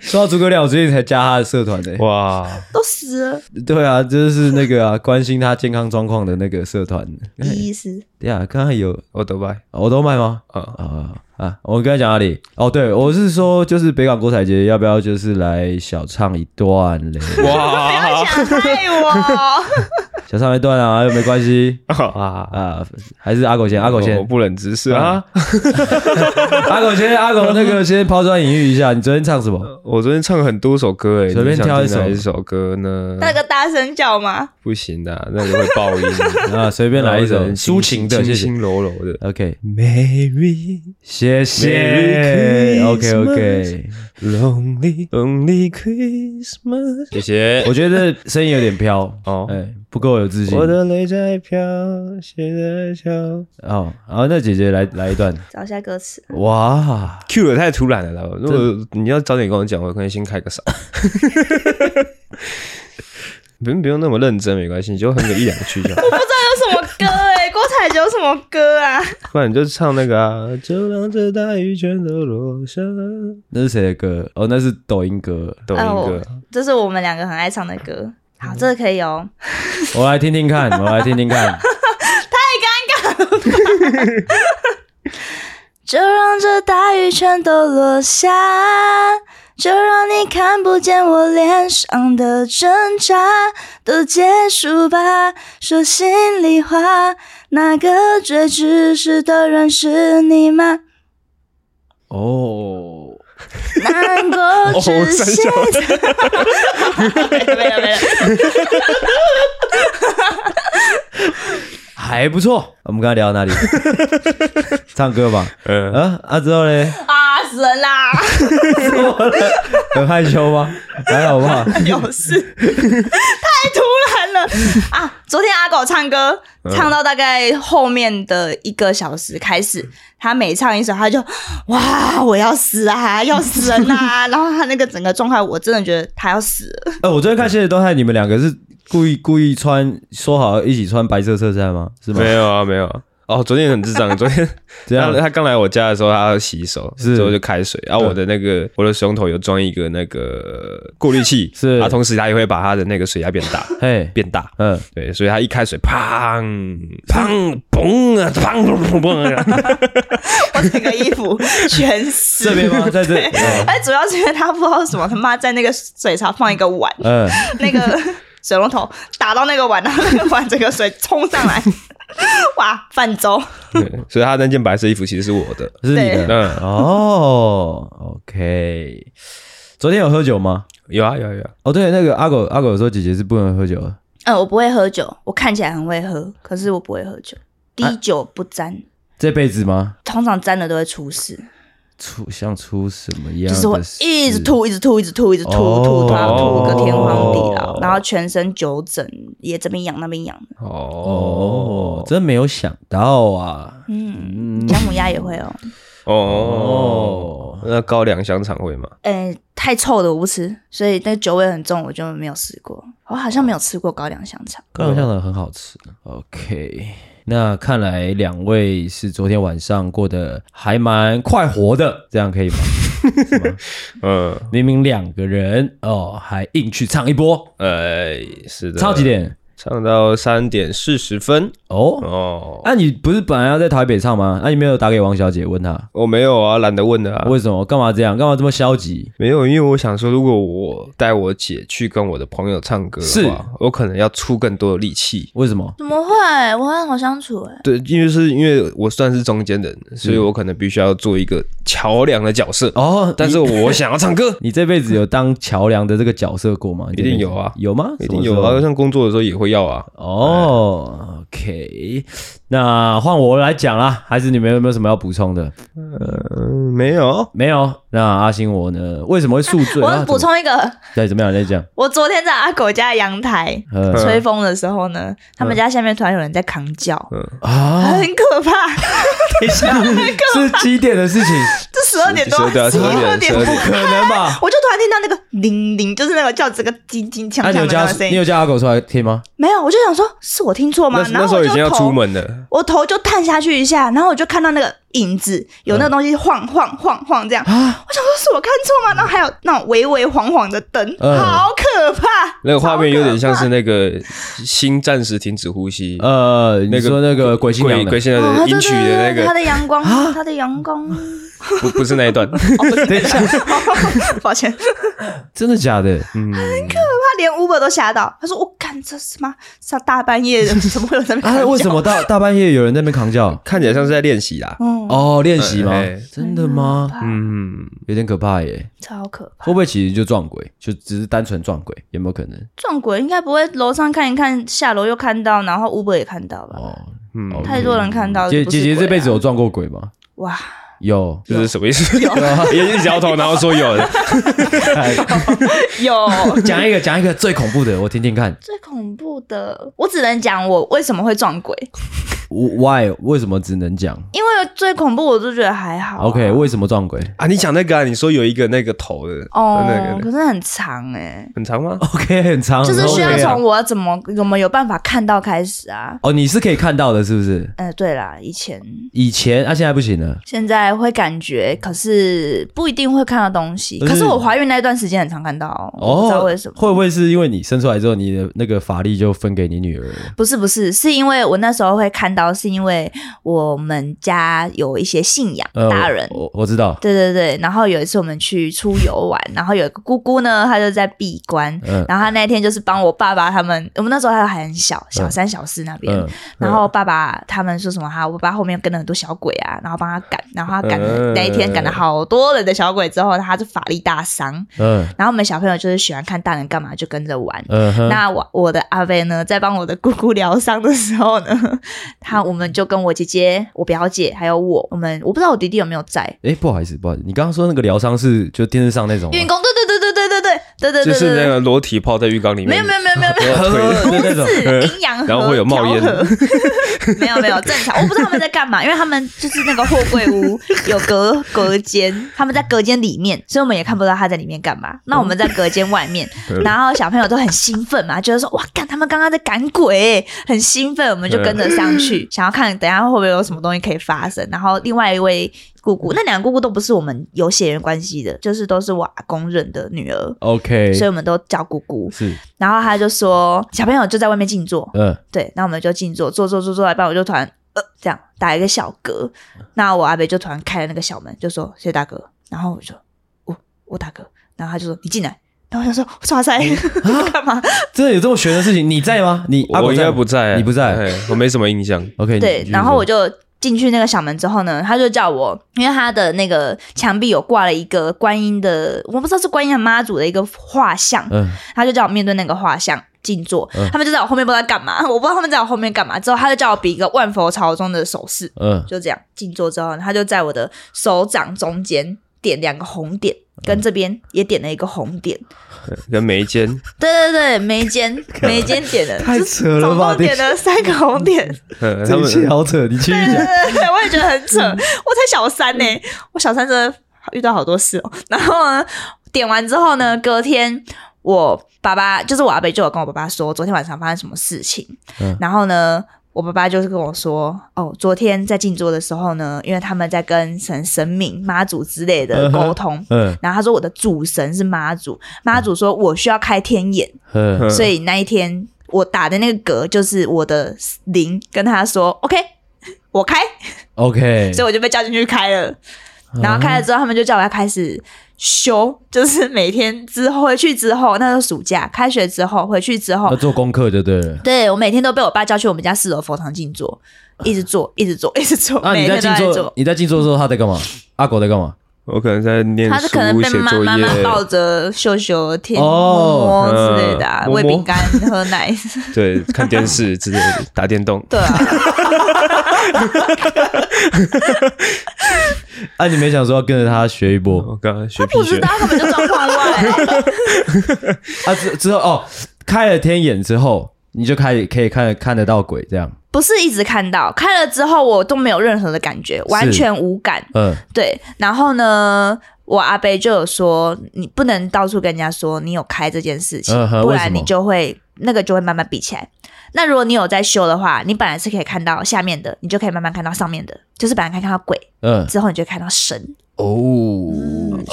Speaker 3: 说到诸葛亮，我最近才加他的社团呢。
Speaker 2: 哇，
Speaker 1: 都死了，
Speaker 3: 对啊，就是那个啊，关心他健康状况的那个社团。
Speaker 1: 意 思
Speaker 3: 对啊，刚刚有
Speaker 2: 我得 拜
Speaker 3: 哦我都卖吗？
Speaker 2: 啊，
Speaker 3: 啊啊！我刚才讲哪里？哦，对，我是说，就是北港国彩节要不要就是来小唱一段嘞？
Speaker 2: 哇
Speaker 1: 想害我，
Speaker 3: 小唱一段啊，又没关系
Speaker 2: 啊，
Speaker 3: 啊，还是阿狗先，阿狗先
Speaker 2: 我，不忍直视啊！
Speaker 3: 阿狗先，阿狗那个先抛砖引玉一下，你昨天唱什么？
Speaker 2: 我昨天唱了很多首歌诶，
Speaker 3: 随便
Speaker 2: 你想
Speaker 3: 挑一
Speaker 2: 听哪
Speaker 3: 首
Speaker 2: 一首歌呢？
Speaker 1: 那个大声叫吗？
Speaker 2: 不行的，那个会爆音。
Speaker 3: 啊， 随便来 一首
Speaker 2: 然后
Speaker 3: 抒情的，谢
Speaker 2: 清
Speaker 3: 谢。
Speaker 2: 新柔柔的。
Speaker 3: OK，
Speaker 2: Merry
Speaker 3: 谢
Speaker 2: Merry
Speaker 3: 谢。OK OK，
Speaker 2: lonely lonely Christmas，谢谢。
Speaker 3: 我觉得声音有点飘
Speaker 2: 哦
Speaker 3: 哦，哎，不够有自信。
Speaker 2: 我的泪在飘，谁在笑
Speaker 3: 哦，然后那姐姐来来一段，
Speaker 1: 找一下歌词，
Speaker 3: 哇，
Speaker 2: ？Q 的太突然了啦，如果你要早点跟我讲，我可能先开个嗓。 不用不用那么认真，没关系，你就哼个一两句就好。
Speaker 1: 有什么歌哎、郭采洁有什么歌啊？
Speaker 2: 不然你就唱那个啊，就让这大雨全都落下。
Speaker 3: 那是谁的歌？哦，那是抖音歌。
Speaker 2: 抖音歌，
Speaker 1: 这是我们两个很爱唱的歌。好，这个可以哦。
Speaker 3: 我来听听看，我来听听看。
Speaker 1: 就让这大雨全都落下，就让你看不见我脸上的挣扎，都结束吧，说心里话，那个最自私的人是你吗？
Speaker 3: 哦，
Speaker 1: 难过只
Speaker 2: 哦三
Speaker 1: 现
Speaker 2: 小
Speaker 1: 在， 没了没了，
Speaker 3: 还不错。我们刚才聊到 哪里？唱歌吧。
Speaker 2: 嗯，
Speaker 3: 啊啊，之后嘞，
Speaker 1: 啊死人啦，
Speaker 3: 很害羞吗？还好 吧。
Speaker 1: 有事，太突然 了啊！昨天阿狗唱歌，
Speaker 3: 嗯
Speaker 1: 唱到大概后面的一个小时开始，他每唱一首，他就哇我要死啊，要死人 啊！然后他那个整个状态，我真的觉得他要死了，
Speaker 3: 呃，我昨天看现实动态，你们两个是故意故意穿，说好一起穿白色衬衫吗？是吗？
Speaker 2: 没有啊，没有啊。哦，昨天很智 障，昨天
Speaker 3: 这样嗯
Speaker 2: 他他刚来我家的时候，他要洗手，
Speaker 3: 是
Speaker 2: 之后就开水。然、后我的那个我的水龙头有装一个那个过滤器，
Speaker 3: 是
Speaker 2: 啊，同时他也会把他的那个水压变大，
Speaker 3: 嘿，
Speaker 2: 变大。
Speaker 3: 嗯，
Speaker 2: 对，所以他一开水，砰砰嘣啊，砰砰砰 啊，
Speaker 1: 我整个衣服全湿。
Speaker 3: 这边 吗？在这。哦
Speaker 1: 哎，主要是因为他不知道什么，他妈在那个水槽放一个 碗，
Speaker 3: 嗯，
Speaker 1: 那个水龙头打到那个碗，然后那个碗整个水冲上来，哇，泛舟！
Speaker 2: 对所以他那件白色衣服其实是我的。
Speaker 3: 是你的。
Speaker 2: 嗯，
Speaker 3: 哦，OK。昨天有喝酒吗？
Speaker 2: 有啊有啊有啊，
Speaker 3: 哦，对，那个阿狗阿狗说姐姐是不能喝酒的。
Speaker 1: 嗯，我不会喝酒，我看起来很会喝，可是我不会喝酒，
Speaker 3: 啊
Speaker 1: 滴酒不沾，
Speaker 3: 这辈子吗？
Speaker 1: 通常沾了都会出事，
Speaker 3: 出像出什么样哦
Speaker 1: 就
Speaker 3: 的事？
Speaker 1: 是会一直吐，一直吐，一直吐，一直吐，吐到吐个天荒地老，然后全身酒疹，也这边痒那边痒，
Speaker 3: 哦
Speaker 2: 哦，
Speaker 3: 真没有想到啊！
Speaker 1: 嗯，姜母鸭也会哦，
Speaker 2: 哦，
Speaker 3: 哦，
Speaker 2: 那高粱香肠会吗？
Speaker 1: 哎，太臭的我不吃，所以那酒味很重，我就没有试过，我好像没有吃过高粱香肠。
Speaker 3: 高粱香肠很好吃。OK，那看来两位是昨天晚上过得还蛮快活的，这样可以吗？ 是吗
Speaker 2: 嗯，
Speaker 3: 明明两个人哦，还硬去唱一波，
Speaker 2: 呃，是的，
Speaker 3: 唱几点？
Speaker 2: 唱到三点四十分
Speaker 3: 哦，
Speaker 2: 哦。
Speaker 3: 那、你不是本来要在台北唱吗？那、啊你没有打给王小姐问她
Speaker 2: 我没有啊，懒得问了啊。
Speaker 3: 为什么？干嘛这样？干嘛这么消极？
Speaker 2: 没有，因为我想说，如果我带我姐去跟我的朋友唱歌
Speaker 3: 是
Speaker 2: 的话，我可能要出更多的力气。
Speaker 3: 为什么？
Speaker 1: 怎么会？我很好相处哎、
Speaker 2: 对，因为是因为我算是中间人，所以
Speaker 3: 嗯
Speaker 2: 我可能必须要做一个桥梁的角色。
Speaker 3: 哦，
Speaker 2: 但是我想要唱歌
Speaker 3: ，你这辈子有当桥梁的这个角色过吗？你这辈子
Speaker 2: 一定有啊
Speaker 3: 有吗？
Speaker 2: 一定有啊，
Speaker 3: 什么时候
Speaker 2: 像工作的时候也会要啊。
Speaker 3: 哦，OK，那换我来讲啦，还是你们有没有什么要补充的？
Speaker 2: 嗯，没有，
Speaker 3: 没有。那阿星我呢？为什么会宿醉？啊
Speaker 1: 我补，充一个，
Speaker 3: 怎么对，怎么样？再讲，
Speaker 1: 我昨天在阿狗家阳台
Speaker 3: 呃
Speaker 1: 吹风的时候呢，他
Speaker 3: 嗯
Speaker 1: 们家下面突然有人在扛脚，
Speaker 3: 啊，
Speaker 1: 很可怕。
Speaker 3: 等一下，是几点的事情？
Speaker 1: 这十二点多，
Speaker 2: 12对啊
Speaker 1: 十二
Speaker 2: 12
Speaker 1: 点
Speaker 2: 点
Speaker 1: 多
Speaker 2: 12
Speaker 3: 不
Speaker 2: 点
Speaker 3: 可能吧？
Speaker 1: 我就突然听到那个铃铃，就是那个叫这个叮叮锵
Speaker 3: 那
Speaker 1: 锵
Speaker 3: 你有
Speaker 1: 的那
Speaker 3: 叫
Speaker 1: 个声
Speaker 3: 你
Speaker 1: 音。
Speaker 3: 有叫阿狗出来听吗？
Speaker 1: 没有，我就想说是我听错吗
Speaker 2: 那？
Speaker 1: 然
Speaker 2: 那时
Speaker 1: 后
Speaker 2: 候
Speaker 1: 我
Speaker 2: 已经
Speaker 1: 就
Speaker 2: 要出
Speaker 1: 头，
Speaker 2: 门了，
Speaker 1: 我头就探下去一下，然后我就看到那个影子有那个东西
Speaker 3: 嗯
Speaker 1: 晃晃晃晃这样。
Speaker 3: 啊
Speaker 2: 啊
Speaker 1: 我想说是我看错吗？然后还有那种微微晃晃的灯，
Speaker 3: 嗯
Speaker 1: 好可怕。
Speaker 2: 那个画面有点像是那个心暂时停止呼吸，
Speaker 3: 呃，你
Speaker 2: 那个
Speaker 3: 说那个鬼新娘
Speaker 2: 鬼
Speaker 3: 的啊
Speaker 2: 鬼现在
Speaker 1: 哦
Speaker 2: 的
Speaker 1: 对
Speaker 2: 音曲的那
Speaker 1: 对对对它
Speaker 2: 个，
Speaker 1: 的阳光，它的阳光，
Speaker 2: 不不是那 一段，
Speaker 3: 等一下，
Speaker 1: 抱歉，
Speaker 3: 真的假的？
Speaker 2: 嗯，
Speaker 1: 他连 Uber 都吓到，他说：“我干，这是吗？上大半夜 的，怎么会有人在那边
Speaker 3: 啊，
Speaker 1: 喊
Speaker 3: 为什
Speaker 1: 叫
Speaker 3: 么大大半夜有人在那边扛叫？
Speaker 2: 看起来像是在练习啦，
Speaker 1: 嗯，
Speaker 3: 哦，练习吗
Speaker 2: 哎哎？
Speaker 3: 真的吗？
Speaker 2: 嗯，
Speaker 3: 有点可怕耶。
Speaker 1: 超可怕！
Speaker 3: 会不会其实就撞鬼，就只是单纯撞鬼，有没有可能？
Speaker 1: 撞鬼应该不会楼上看一看，下楼又看到，然后 Uber 也看到吧？
Speaker 3: 哦，
Speaker 2: 嗯，
Speaker 3: 哦
Speaker 1: 太多人看到了，
Speaker 3: 姐
Speaker 1: 就不是
Speaker 3: 姐姐
Speaker 1: 鬼啊
Speaker 3: 这辈子有撞过鬼吗？
Speaker 1: 哇，
Speaker 3: 有
Speaker 2: 这是什么意思？也是摇头，然后说有的，
Speaker 1: 有
Speaker 3: 讲一个讲一个最恐怖的，我听听看。
Speaker 1: 最恐怖的，我只能讲我为什么会撞鬼，
Speaker 3: 我 Why 为什么只能讲
Speaker 1: 因为最恐怖我就觉得还好啊、
Speaker 3: ？OK，为什么撞鬼
Speaker 2: 啊，你讲那个啊，你说有一个那个头的，
Speaker 1: 哦，
Speaker 2: 那个
Speaker 1: 可是很长哎、
Speaker 2: 很长吗？
Speaker 3: ？OK，很长，
Speaker 1: 就是需要
Speaker 3: OK 啊
Speaker 1: 从我怎么怎么有办法看到开始啊。
Speaker 3: 哦，你是可以看到的，是不是？
Speaker 1: 呃，对啦，以前
Speaker 3: 以前啊，现在不行了。
Speaker 1: 现在会感觉，可是不一定会看到东西。
Speaker 3: 嗯
Speaker 1: 可是我怀孕那段时间很常看到，我不知道
Speaker 3: 哦，
Speaker 1: 为什么。
Speaker 3: 会不会是因为你生出来之后，你的那个法力就分给你女儿了？
Speaker 1: 不是不是，是因为我那时候会看到，是因为我们家有一些信仰
Speaker 3: 呃
Speaker 1: 大人。
Speaker 3: 我我我知道，
Speaker 1: 对对对，然后有一次我们去出游玩，然后有一个姑姑呢，她就在闭关，
Speaker 3: 嗯
Speaker 1: 然后她那天就是帮我爸爸他们，我们那时候还还很小，小三小四那边，
Speaker 3: 嗯
Speaker 1: 然后爸爸他们说什么哈，我爸后面跟了很多小鬼啊，然后帮他赶，然后他赶了、
Speaker 2: 嗯
Speaker 1: 那一天赶了好多人的小鬼之后，他就法力大伤，
Speaker 3: 嗯
Speaker 1: 然后我们小朋友就是喜欢看大人干嘛就跟着玩，
Speaker 3: 嗯哼，
Speaker 1: 那我我的阿贝呢，在帮我的姑姑疗伤的时候呢，他我们就跟我姐姐、我表姐还有我，我们我不知道我弟弟有没有在
Speaker 3: 哎，不好意思，不好意思，你刚刚说那个疗伤是就电视上那种吗
Speaker 1: 运工，对对对对对对对对对
Speaker 2: 就
Speaker 1: 对
Speaker 2: 是那
Speaker 1: 对对，
Speaker 2: 个裸体泡在浴缸里面，
Speaker 1: 没有没有没有 没有没有。
Speaker 2: 有
Speaker 3: 对对对
Speaker 1: 不 是阴阳合，
Speaker 2: 然后会有冒烟
Speaker 1: 调和， 没有没有正常，我不知道他们在干嘛，因为他们就是那个货柜 屋有隔隔间，他们在隔间里面，所以我们也看不到他在里面干嘛。那我们在隔间外 面，然后小朋友都很兴奋嘛，觉得说哇，干他们刚刚在赶鬼欸，很兴奋，我们就跟着上去，想要看等一下会不会有什么东西可以发生。然后另外一位。姑姑，那两个姑姑都不是我们有血缘关系的，就是都是我阿公认的女儿，
Speaker 3: OK，
Speaker 1: 所以我们都叫姑姑。
Speaker 3: 是
Speaker 1: 然后他就说，小朋友就在外面静坐，
Speaker 3: 嗯
Speaker 1: 对，那我们就静坐，坐坐坐坐到一半，我就突然呃这样打一个小嗝，那我阿北就突然开了那个小门，就说谢谢大哥，然后我就我我大哥，然后他就说你进来，然后我就说哇塞， 干嘛？
Speaker 3: 真的有这么悬的事情？你在吗？你阿
Speaker 2: 我
Speaker 3: 狗
Speaker 2: 应
Speaker 3: 在
Speaker 2: 该
Speaker 3: 吗
Speaker 2: 不在，
Speaker 3: 你不在
Speaker 2: 哎，我没什么印象。
Speaker 3: OK，你
Speaker 1: 对
Speaker 3: 继，续
Speaker 1: 然后
Speaker 3: 说
Speaker 1: 我就进去那个小门之后呢，他就叫我，因为他的那个墙壁有挂了一个观音的，我不知道是观音的妈祖的一个画像，
Speaker 3: 嗯
Speaker 1: 他就叫我面对那个画像静坐，
Speaker 3: 嗯
Speaker 1: 他们就在我后面不知道在干嘛， 我不知道他们在我后面干嘛，之后他就叫我比一个万佛朝宗的手势。
Speaker 3: 嗯
Speaker 1: 就这样静坐之后，他就在我的手掌中间点两个红点，
Speaker 3: 嗯
Speaker 1: 跟这边也点了一个红点。
Speaker 2: 跟眉间，
Speaker 1: 对对对，眉 间眉间点了，
Speaker 3: 太扯了
Speaker 1: 总
Speaker 3: 吧
Speaker 1: 共点了三个红 点。
Speaker 2: 嗯他
Speaker 3: 这一
Speaker 2: 们
Speaker 3: 切好扯，你继续
Speaker 1: 对对啊
Speaker 3: 讲。
Speaker 1: 对对， 我也觉得很扯。
Speaker 3: 嗯
Speaker 1: 我才小三呢、我小三真的遇到好多事哦。然后呢，点完之后呢，隔天。我爸爸就是我阿伯，就有跟我爸爸说昨天晚上发生什么事情。
Speaker 3: 嗯
Speaker 1: 然后呢，我爸爸就是跟我说，哦，昨天在静坐的时候呢，因为他们在跟神神明、妈祖之类的
Speaker 3: 嗯哼
Speaker 1: 沟通，
Speaker 3: 嗯
Speaker 1: 然后他说我的主神是妈祖，妈祖说我需要开天眼，
Speaker 3: 嗯，
Speaker 2: 嗯
Speaker 1: 所以那一天我打的那个嗝就是我的灵跟他说 OK，我开，
Speaker 3: OK，
Speaker 1: 所以我就被叫进去开了。然后开了之后，他们就叫我要开始修，就是每天之后回去之后，那时候暑假开学之后回去之后
Speaker 3: 要，做功课就对了。
Speaker 1: 对我每天都被我爸叫去我们家四楼佛堂静坐，一直坐，一直坐，一直坐，
Speaker 3: 那
Speaker 1: 每天
Speaker 3: 啊你在
Speaker 1: 都
Speaker 3: 静
Speaker 1: 在
Speaker 3: 坐
Speaker 1: 做，。
Speaker 3: 你在静坐的时候，他在干嘛？阿狗在干嘛？
Speaker 2: 我可能在念
Speaker 1: 他
Speaker 2: 书、
Speaker 1: 是可能被
Speaker 2: 写
Speaker 1: 妈
Speaker 2: 作
Speaker 1: 妈
Speaker 2: 业
Speaker 1: 妈，抱着秀秀舔摸
Speaker 3: 哦
Speaker 1: 摸之类的、啊，
Speaker 2: 嗯
Speaker 1: 喂
Speaker 2: 摸摸
Speaker 1: 饼干、喝奶，
Speaker 2: 对，看电视之类的，打电动。
Speaker 1: 对啊，
Speaker 3: 啊，你没想说要跟着他学一波
Speaker 2: 我刚刚学
Speaker 1: 不
Speaker 2: 屁
Speaker 1: 知
Speaker 2: 学
Speaker 1: 道，根本就状况 外。
Speaker 3: 啊？之之后哦，开了天眼之后，你就开始可以看看得到鬼这样，
Speaker 1: 不是一直看到，开了之后我都没有任何的感觉，完全无感。
Speaker 3: 嗯，
Speaker 1: 对，然后呢，我阿伯就有说，你不能到处跟人家说你有开这件事情，
Speaker 3: 嗯哼
Speaker 1: 不
Speaker 3: 为什
Speaker 1: 然
Speaker 3: 么
Speaker 1: 你就会那个就会慢慢比起来。那如果你有在修的话，你本来是可以看到下面的，你就可以慢慢看到上面的，就是本来可以看到鬼，
Speaker 3: 嗯，
Speaker 1: 之后你就会看到神，
Speaker 3: 哦，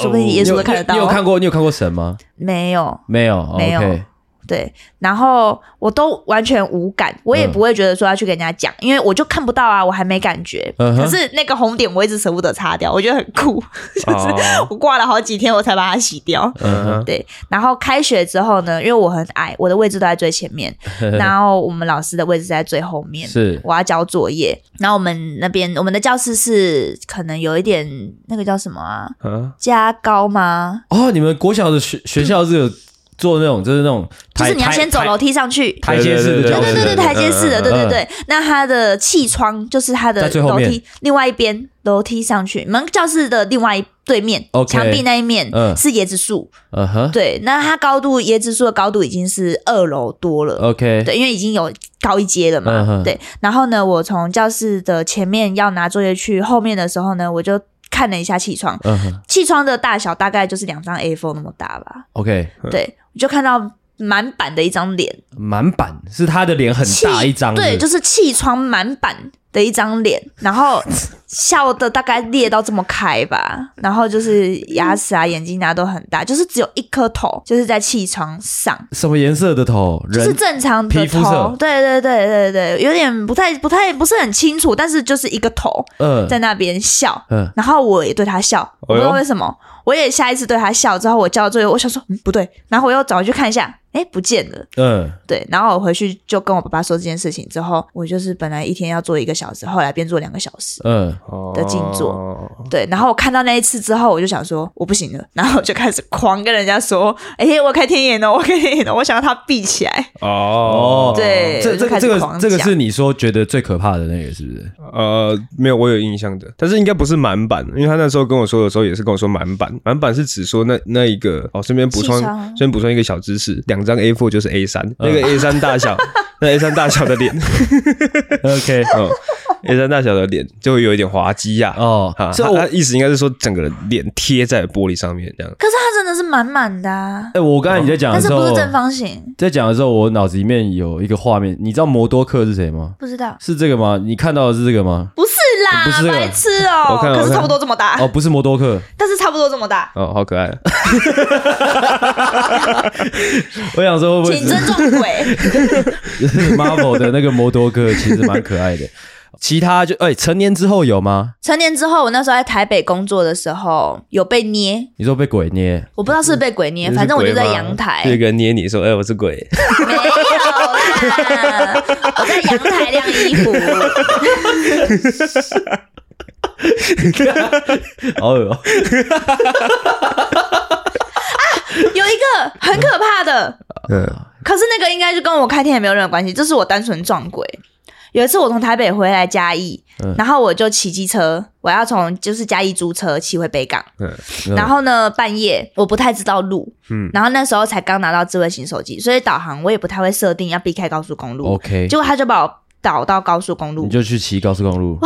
Speaker 1: 说不定耶稣都看得到啊
Speaker 3: 你有。你有看过你有看过神吗？
Speaker 1: 没有，
Speaker 3: 没有，哦
Speaker 1: 没有
Speaker 3: o k
Speaker 1: 对，然后我都完全无感，我也
Speaker 3: 嗯
Speaker 1: 不会觉得说要去跟人家讲，因为我就看不到啊，我还没感觉。
Speaker 3: 嗯哼
Speaker 1: 可是那个红点我一直舍不得擦掉，我觉得很酷，
Speaker 2: 哦
Speaker 1: 我挂了好几天我才把它洗掉。
Speaker 3: 嗯哼，
Speaker 1: 对，然后开学之后呢，因为我很矮，我的位置都在最前 面，然后我们老师的位置在最后面。
Speaker 3: 是
Speaker 1: 我要交作业，然后我们那边我们的教室是可能有一点那个叫什么啊，
Speaker 2: 啊，
Speaker 1: 加高吗？
Speaker 3: 哦，你们国小的学学校是有做那种就是那种
Speaker 1: 就
Speaker 3: 台，
Speaker 1: 是你要先走楼梯上去，
Speaker 3: 台台阶式的
Speaker 2: 对
Speaker 3: 教
Speaker 1: 对
Speaker 3: 室，
Speaker 1: 对对，台阶式的，
Speaker 2: 嗯嗯
Speaker 1: 对对对。那它的气窗就是它的
Speaker 3: 在最后
Speaker 1: 楼
Speaker 3: 面
Speaker 1: 梯另外一边，楼梯上去，门教室的另外一对面
Speaker 3: OK
Speaker 1: 墙壁那一面
Speaker 3: 嗯
Speaker 1: 是椰子树。
Speaker 3: 嗯哼
Speaker 1: 对，那它高度椰子树的高度已经是二楼多了。
Speaker 3: ，OK，
Speaker 1: 对，因为已经有高一阶了嘛。
Speaker 3: 嗯哼
Speaker 1: 对，然后呢，我从教室的前面要拿作业去后面的时候呢，我就看了一下气窗，
Speaker 3: 嗯哼
Speaker 1: 气窗的大小大概就是两张 A4 那么大吧。
Speaker 3: ，OK，
Speaker 1: 对，我就看到满版的一张脸。
Speaker 3: 满版是他的脸很
Speaker 1: 气
Speaker 3: 大一张，
Speaker 1: 对，
Speaker 3: 是不
Speaker 1: 就是是气窗满版的一张脸，然后笑的大概裂到这么开吧，然后就是牙齿啊、眼睛啊都很大，就是只有一颗头，就是在气窗上。
Speaker 3: 什么颜色的头，
Speaker 1: 就
Speaker 3: 人
Speaker 1: 是正常的
Speaker 3: 皮肤
Speaker 1: 头
Speaker 3: 色，
Speaker 1: 对对对对对，有点不太不太不是很清楚，但是就是一个头
Speaker 3: 嗯哦
Speaker 1: 在那边笑，
Speaker 3: 嗯，
Speaker 1: 然后我也对他笑，我不知道为什么，我也下意识对他笑，之后我交了作业，我想说嗯不对，然后我又找回去看一下，哎不见了，
Speaker 3: 嗯，
Speaker 1: 对，然后我回去就跟我爸爸说这件事情之后，我就是本来一天要做一个小时，后来变做两个小时。
Speaker 3: 嗯，
Speaker 1: 的静坐
Speaker 3: 哦
Speaker 1: 对，然后我看到那一次之后，我就想说 我不行了，然后我就开始狂跟人家说：“哎、我开天眼了，我开天眼了，哦我想要它闭起来。
Speaker 2: 哦，
Speaker 1: 对
Speaker 3: 这
Speaker 1: 我就
Speaker 3: 这
Speaker 1: 开
Speaker 3: 个
Speaker 1: 始
Speaker 3: 这
Speaker 1: 狂
Speaker 3: 个这个
Speaker 1: 讲
Speaker 3: 是你说觉得最可怕的那个是不 是？
Speaker 2: 呃，没有，我有印象的，但是应该不是满版，因为他那时候跟我说的时候也是跟我说满版，满版是指说那那一个哦，顺便补充
Speaker 1: 气窗，
Speaker 2: 顺便补充一个小知识，两张 A4 就是 A
Speaker 3: 嗯
Speaker 2: 三、那个 A 三大 小，那 A 三大小的脸，
Speaker 3: OK，
Speaker 2: 嗯，A 三大小的脸就会有一点滑稽呀、啊。
Speaker 3: 哦
Speaker 2: 啊，，
Speaker 3: 这
Speaker 2: 他
Speaker 3: 我
Speaker 2: 他意思应该是说整个脸贴在玻璃上面这样”。
Speaker 1: 可是它真的是满满的、啊，
Speaker 3: 哎，我刚才你在讲
Speaker 1: 但
Speaker 3: 的
Speaker 1: 是
Speaker 3: 时候
Speaker 1: 不是，正方形？
Speaker 3: 在讲的时候，我脑子里面有一个画面，你知道摩多克是谁吗？
Speaker 1: 不知道，
Speaker 3: 是这个吗？你看到的是这个吗？
Speaker 1: 不是啦，
Speaker 3: 不是这个
Speaker 1: 白痴
Speaker 2: 我
Speaker 1: 哦、
Speaker 2: 看
Speaker 1: 可
Speaker 2: 我
Speaker 1: 是
Speaker 2: 看
Speaker 1: 差不多这么大，
Speaker 3: 哦，不是摩多克，
Speaker 1: 但是差不多这么大，
Speaker 2: 哦，好可爱啊！
Speaker 3: 我想说会不会
Speaker 1: 请尊重鬼。
Speaker 3: 只是 Marvel 的那个摩多克其实蛮可爱的？其他就哎，成年之后有吗？
Speaker 1: 成年之后，我那时候在台北工作的时候有被捏，
Speaker 3: 你说被鬼捏？
Speaker 1: 我不知道是不是被鬼哎捏，反正我就在阳台。
Speaker 2: 有一个人捏你说：“哎、我是鬼。
Speaker 1: 没有啦，我在阳台晾衣服。
Speaker 3: 好恶哦
Speaker 1: 有一个很可怕的，”
Speaker 2: 嗯，
Speaker 1: 可是那个应该就跟我开天也没有任何关系，这是我单纯撞鬼。有一次我从台北回来嘉义，
Speaker 3: 嗯
Speaker 1: 然后我就骑机车，我要从就是嘉义租车骑回北港。
Speaker 3: 嗯
Speaker 1: 然后呢，半夜我不太知道路，
Speaker 2: 嗯
Speaker 1: 然后那时候才刚拿到智慧型手机，所以导航我也不太会设定要避开高速公路。
Speaker 3: OK，
Speaker 1: 结果他就把我导到高速公
Speaker 3: 你
Speaker 1: 路，
Speaker 3: 就去骑高速公路。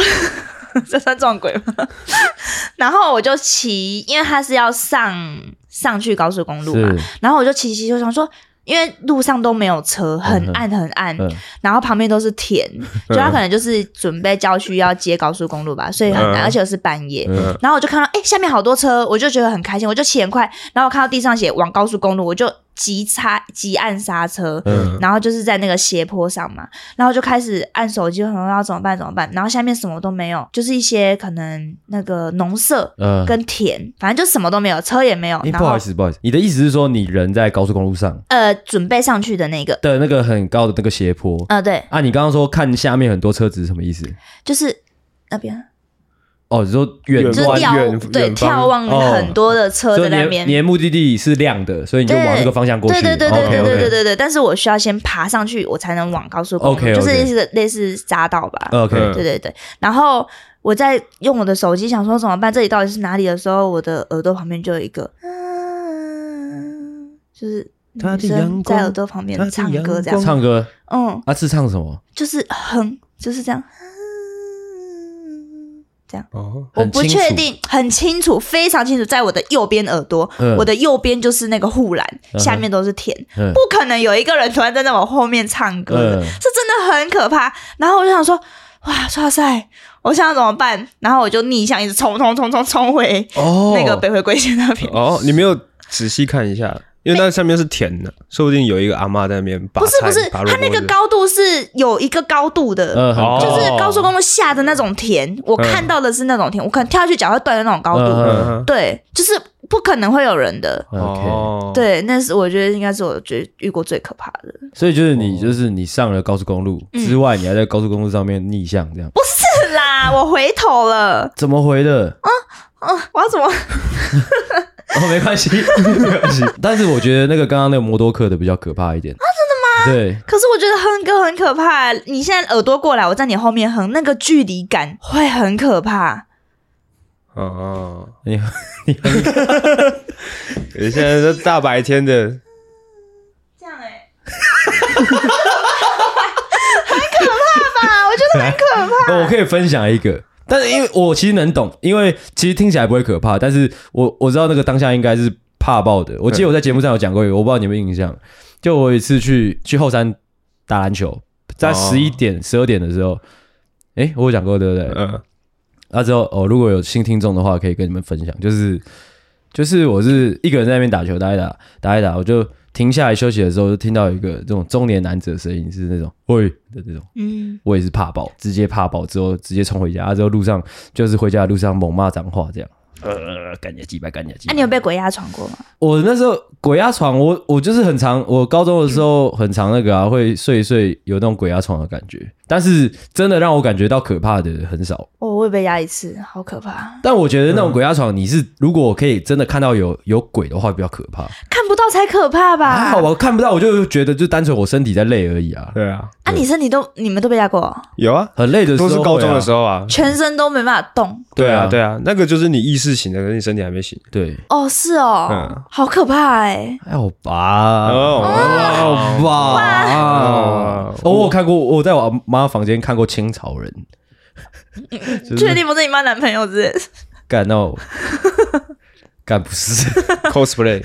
Speaker 1: 这算撞鬼吗？ 然后我就骑，因为他是要上上去高速公路嘛
Speaker 3: 是，，
Speaker 1: 然后我就骑骑，就想说，因为路上都没有车，很暗很暗，
Speaker 3: 嗯
Speaker 1: 然后旁边都是田，就他可能就是准备郊区要接高速公路吧，所以很暗，
Speaker 2: 嗯
Speaker 1: 而且又是半夜。
Speaker 3: 嗯
Speaker 1: 然后我就看到，哎、下面好多车，我就觉得很开心，我就骑很快。然后我看到地上写往高速公路，我就急刹急按刹车，
Speaker 3: 嗯
Speaker 1: 然后就是在那个斜坡上嘛，然后就开始按手机，我想说要怎么办怎么办。然后下面什么都没有，就是一些可能那个农舍
Speaker 3: 嗯。
Speaker 1: 跟田，反正就什么都没有，车也没有。
Speaker 3: 哎，
Speaker 1: 然
Speaker 3: 不好
Speaker 1: 后
Speaker 3: 意思，不好意思，你的意思是说你人在高速公路上
Speaker 1: 呃，准备上去的那个，
Speaker 3: 的那个很高的那个斜坡
Speaker 1: 呃，对，
Speaker 3: 啊？你刚刚说看下面很多车子是什么意思？
Speaker 1: 就是那边
Speaker 3: 哦，你说啊远
Speaker 2: 远
Speaker 1: 就是
Speaker 2: 望
Speaker 3: 端
Speaker 1: 眺
Speaker 2: 远
Speaker 1: 对
Speaker 2: 远方
Speaker 1: 眺望
Speaker 3: 哦
Speaker 1: 很多的车在
Speaker 3: 所以
Speaker 1: 那
Speaker 3: 你的
Speaker 1: 边
Speaker 3: 你。的目的地是亮的，所以你就
Speaker 1: 对
Speaker 3: 往那个方向过去。
Speaker 1: 对对对对
Speaker 3: OK，OK
Speaker 1: 对对对对对，但是我需要先爬上去，我才能往高速公路
Speaker 3: OK，OK
Speaker 1: 就是类似类似匝道吧。
Speaker 3: OK，
Speaker 2: 嗯
Speaker 1: 对对对，然后我在用我的手机想说怎么办，这里到底是哪里的时候，我的耳朵旁边就有一个，嗯，就是女
Speaker 3: 他的阳
Speaker 1: 生
Speaker 3: 光
Speaker 1: 在耳朵旁边
Speaker 3: 他的
Speaker 1: 唱歌这
Speaker 3: 唱
Speaker 1: 样，
Speaker 3: 歌
Speaker 1: 嗯，
Speaker 3: 啊是唱什么？
Speaker 1: 就是哼，就是这样，嗯这样。
Speaker 2: 哦，
Speaker 1: 我
Speaker 3: 很
Speaker 1: 不
Speaker 3: 清楚
Speaker 1: 确定，很清楚，非常清楚，在我的右边耳朵，
Speaker 3: 嗯
Speaker 1: 我的右边就是那个护栏，
Speaker 3: 哼
Speaker 1: 下面都是田，
Speaker 3: 嗯
Speaker 1: 不可能有一个人突然站在我后面唱歌的，
Speaker 3: 嗯
Speaker 1: 是真的很可怕。然后我就想说，哇，哇塞，我想要怎么办？然后我就逆向一直冲冲冲冲冲回
Speaker 3: 哦
Speaker 1: 那个北回归线那边。
Speaker 2: 哦，你没有仔细看一下，因为那上面是田的，说不定有一个阿嬷在那边拔
Speaker 1: 不是
Speaker 2: 菜
Speaker 1: 不是，
Speaker 2: 拔萝
Speaker 1: 它
Speaker 2: 卜
Speaker 1: 那个
Speaker 2: 的
Speaker 1: 高度是有一个高度的，
Speaker 3: 呃很
Speaker 2: 哦
Speaker 1: 就是高速公路下的那种田，我
Speaker 2: 嗯
Speaker 1: 看到的是那种田，我可能跳下去脚会断的那种高度，
Speaker 3: 嗯
Speaker 2: 嗯嗯
Speaker 1: 对，就是不可能会有人的。
Speaker 3: OK，
Speaker 2: 哦，
Speaker 1: 对，那是我觉得应该是我觉得遇过最可怕的。
Speaker 3: 所以就是
Speaker 2: 哦
Speaker 3: 你就是你上了高速公路之外，你还在高速公路上面逆向这样，
Speaker 1: 不是啦， 我回头了。
Speaker 3: 怎么回的？
Speaker 1: 嗯，我要怎么？
Speaker 3: 哦，没关系， 没关系。但是我觉得那个刚刚那个摩托克的比较可怕一点。啊，真的吗？
Speaker 1: 可是我觉得哼歌很可怕。你现在耳朵过来，我在你后面哼，那个距离感会很可怕。
Speaker 2: 哦哦，
Speaker 3: 对，你
Speaker 2: 你现在这大白天的，
Speaker 1: 这样哎、很可怕吧？我觉得很可
Speaker 3: 哦我可以分享一个，但是因为我其实能懂，因为其实听起来不会可怕，但是我我知道那个当下应该是怕爆的。我记得我在节目上有讲过一个，我不知道你有没有印象，就我有一次去去后山打篮球，在
Speaker 2: 哦
Speaker 3: 十一点十二点的时候，诶，我有讲过对不对？
Speaker 2: 嗯，
Speaker 3: 那之后哦，如果有新听众的话，可以跟你们分享，就是就是我是一个人在那边打球，打一打，打一打，我就停下来休息的时候，就听到一个这种中年男子的声音，是那种喂的那种，
Speaker 1: 嗯，
Speaker 3: 我也是怕爆，直接怕爆之后直接冲回家，啊、之后路上就是回家的路上猛骂脏话这样。呃，干你几百，干你几
Speaker 1: 那、啊
Speaker 3: 百。
Speaker 1: 你有被鬼压床过吗？
Speaker 3: 我那时候鬼压床，我我就是很常，我高中的时候很常那个啊，会睡一睡有那种鬼压床的感觉，但是真的让我感觉到可怕的很少。
Speaker 1: 哦，我也被压一次，好可怕，
Speaker 3: 但我觉得那
Speaker 2: 嗯
Speaker 3: 种鬼压床，你是如果我可以真的看到有有鬼的话，比较可怕。
Speaker 1: 看不到才可怕啊吧？
Speaker 3: 还好吧，看不到我就觉得就单纯我身体在累而已啊，
Speaker 2: 对啊，
Speaker 1: 啊，你身体都你们都被压过，
Speaker 2: 有啊，
Speaker 3: 很累的时候
Speaker 2: 都
Speaker 3: 会啊、
Speaker 2: 是高中的时候啊，
Speaker 1: 全身都没办法动。
Speaker 2: 对啊，
Speaker 3: 对
Speaker 2: 对啊，那个就是你意识醒的，可是你身体还没醒。
Speaker 3: 对，
Speaker 1: 哦，是哦，
Speaker 2: 嗯
Speaker 1: 好可怕哎、
Speaker 3: 还好吧，
Speaker 2: 哦
Speaker 3: 还好吧
Speaker 2: 哇。
Speaker 3: 哦，我有看过，我在我妈房间看过清朝人，就是
Speaker 1: 确定不是你妈男朋友是不是？
Speaker 3: 干到干不是，
Speaker 2: cosplay，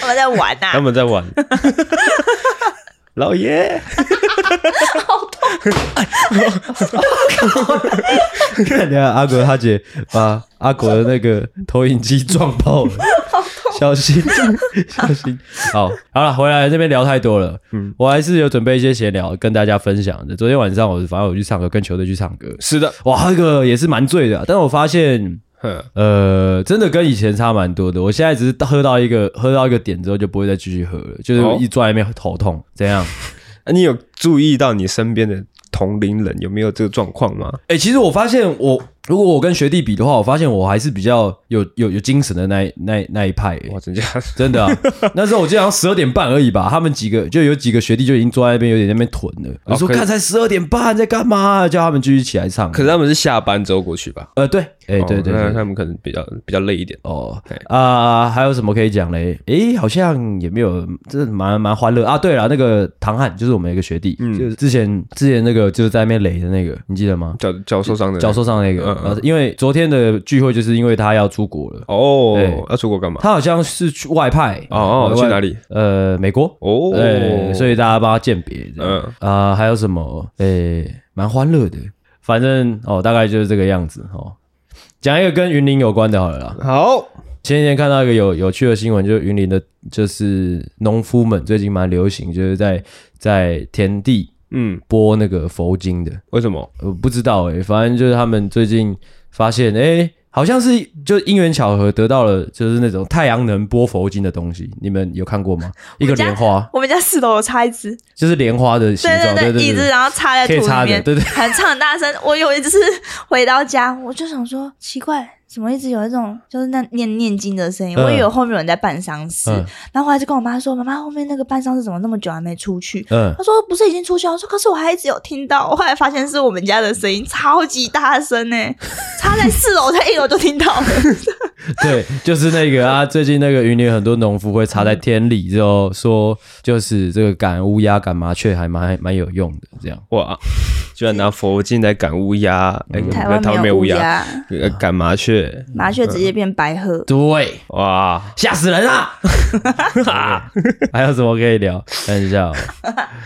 Speaker 1: 我们在玩呐、
Speaker 2: 他们在玩。老爷，
Speaker 3: 看等一下阿狗他姐把阿狗的那个投影机撞爆了，小心 小心。好，好了，回来这边聊太多了，嗯，我还是有准备一些闲聊跟大家分享的。昨天晚上我反正我去唱歌，跟球队去唱歌，
Speaker 2: 是的，
Speaker 3: 哇，那个也是蛮醉的啊、但我发现。
Speaker 2: 哼，
Speaker 3: 呃，真的跟以前差蛮多的。我现在只是喝到一个喝到一个点之后就不会再继续喝了，就是
Speaker 2: 哦
Speaker 3: 一坐在那边头痛，怎样？
Speaker 2: 啊你有注意到你身边的同龄人有没有这个状况吗？
Speaker 3: 哎、其实我发现我如果我跟学弟比的话，我发现我还是比较有有有精神的那一那一那一派、欸
Speaker 2: 哇，真假？
Speaker 3: 真的啊。那时候我记得好像十二点半而已吧，他们几个就有几个学弟就已经坐在那边有点在那边囤了。我说
Speaker 2: 哦可以
Speaker 3: 看才十二点半在干嘛？啊叫他们继续起来唱。
Speaker 2: 可是他们是下班之后过去吧？
Speaker 3: 呃对，哎、对
Speaker 2: 哦
Speaker 3: 对
Speaker 2: 那
Speaker 3: 对。
Speaker 2: 他们可能比较比较累一点。
Speaker 3: 哦啊、还有什么可以讲嘞？诶、好像也没有，这蛮蛮欢乐啊。对了，那个唐汉就是我们一个学弟，
Speaker 2: 嗯
Speaker 3: 就是之前之前那个就是在那边垒的那个，你记得吗？
Speaker 2: 脚脚受伤的人
Speaker 3: 脚受伤那个，
Speaker 2: 嗯嗯
Speaker 3: 呃因为昨天的聚会就是因为他要出国了，
Speaker 2: 哦
Speaker 3: 对，
Speaker 2: 要出国干嘛？
Speaker 3: 他好像是去外派
Speaker 2: 哦
Speaker 3: 呃
Speaker 2: 去
Speaker 3: 外
Speaker 2: 哪里？
Speaker 3: 呃，美国。
Speaker 2: 哦，
Speaker 3: 对，所以大家帮他鉴别。嗯
Speaker 2: 嗯
Speaker 3: 啊、还有什么？诶、蛮欢乐的。反正哦，大概就是这个样子哦。讲一个跟云林有关的好了啦。
Speaker 2: 好，
Speaker 3: 前几天看到一个有有趣的新闻，就是云林的，就是农夫们最近蛮流行，就是在在田地
Speaker 2: 嗯，
Speaker 3: 播那个佛经的。呃
Speaker 2: 为什么？
Speaker 3: 欸我不知道诶、反正就是他们最近发现，诶、欸好像是就因缘巧合得到了，就是那种太阳能波佛经的东西，你们有看过吗？一个
Speaker 1: 家
Speaker 3: 莲花，
Speaker 1: 我们家四楼有插一只，
Speaker 3: 就是莲花的形
Speaker 1: 对
Speaker 3: 状，对
Speaker 1: 对，椅子
Speaker 3: 对，
Speaker 1: 然后插在土
Speaker 3: 可以
Speaker 1: 里
Speaker 3: 插的，
Speaker 1: 面，
Speaker 3: 对 对。
Speaker 1: 喊唱很大声。我有一次回到家，我就想说，奇怪，怎么一直有一种就是那念念经的声音？
Speaker 3: 嗯
Speaker 1: 我以为后面有人在办丧事，
Speaker 3: 嗯
Speaker 1: 然后后来就跟我妈说，妈妈后面那个办丧事怎么那么久还没出去？
Speaker 3: 嗯
Speaker 1: 她说不是已经出去了，我说可是我还一直有听到，我后来发现是我们家的声音超级大声呢、插在四楼，在一楼就听到了。
Speaker 3: 嗯对，就是那个啊，最近那个云林很多农夫会插在天里之后说，就是这个赶乌鸦、赶麻雀还蛮蛮有用的，这样。
Speaker 2: 哇，居然拿佛经来赶乌鸦，哎
Speaker 3: 嗯
Speaker 1: 台
Speaker 2: 没有
Speaker 1: 湾
Speaker 2: 台湾
Speaker 1: 没
Speaker 2: 没有
Speaker 1: 乌
Speaker 2: 乌鸦，，呃
Speaker 3: 啊
Speaker 2: 赶麻雀，
Speaker 1: 麻雀直接变白鹤。
Speaker 3: 嗯对，
Speaker 2: 哇，
Speaker 3: 吓死人啊 啦！还有什么可以聊？看一下、哦，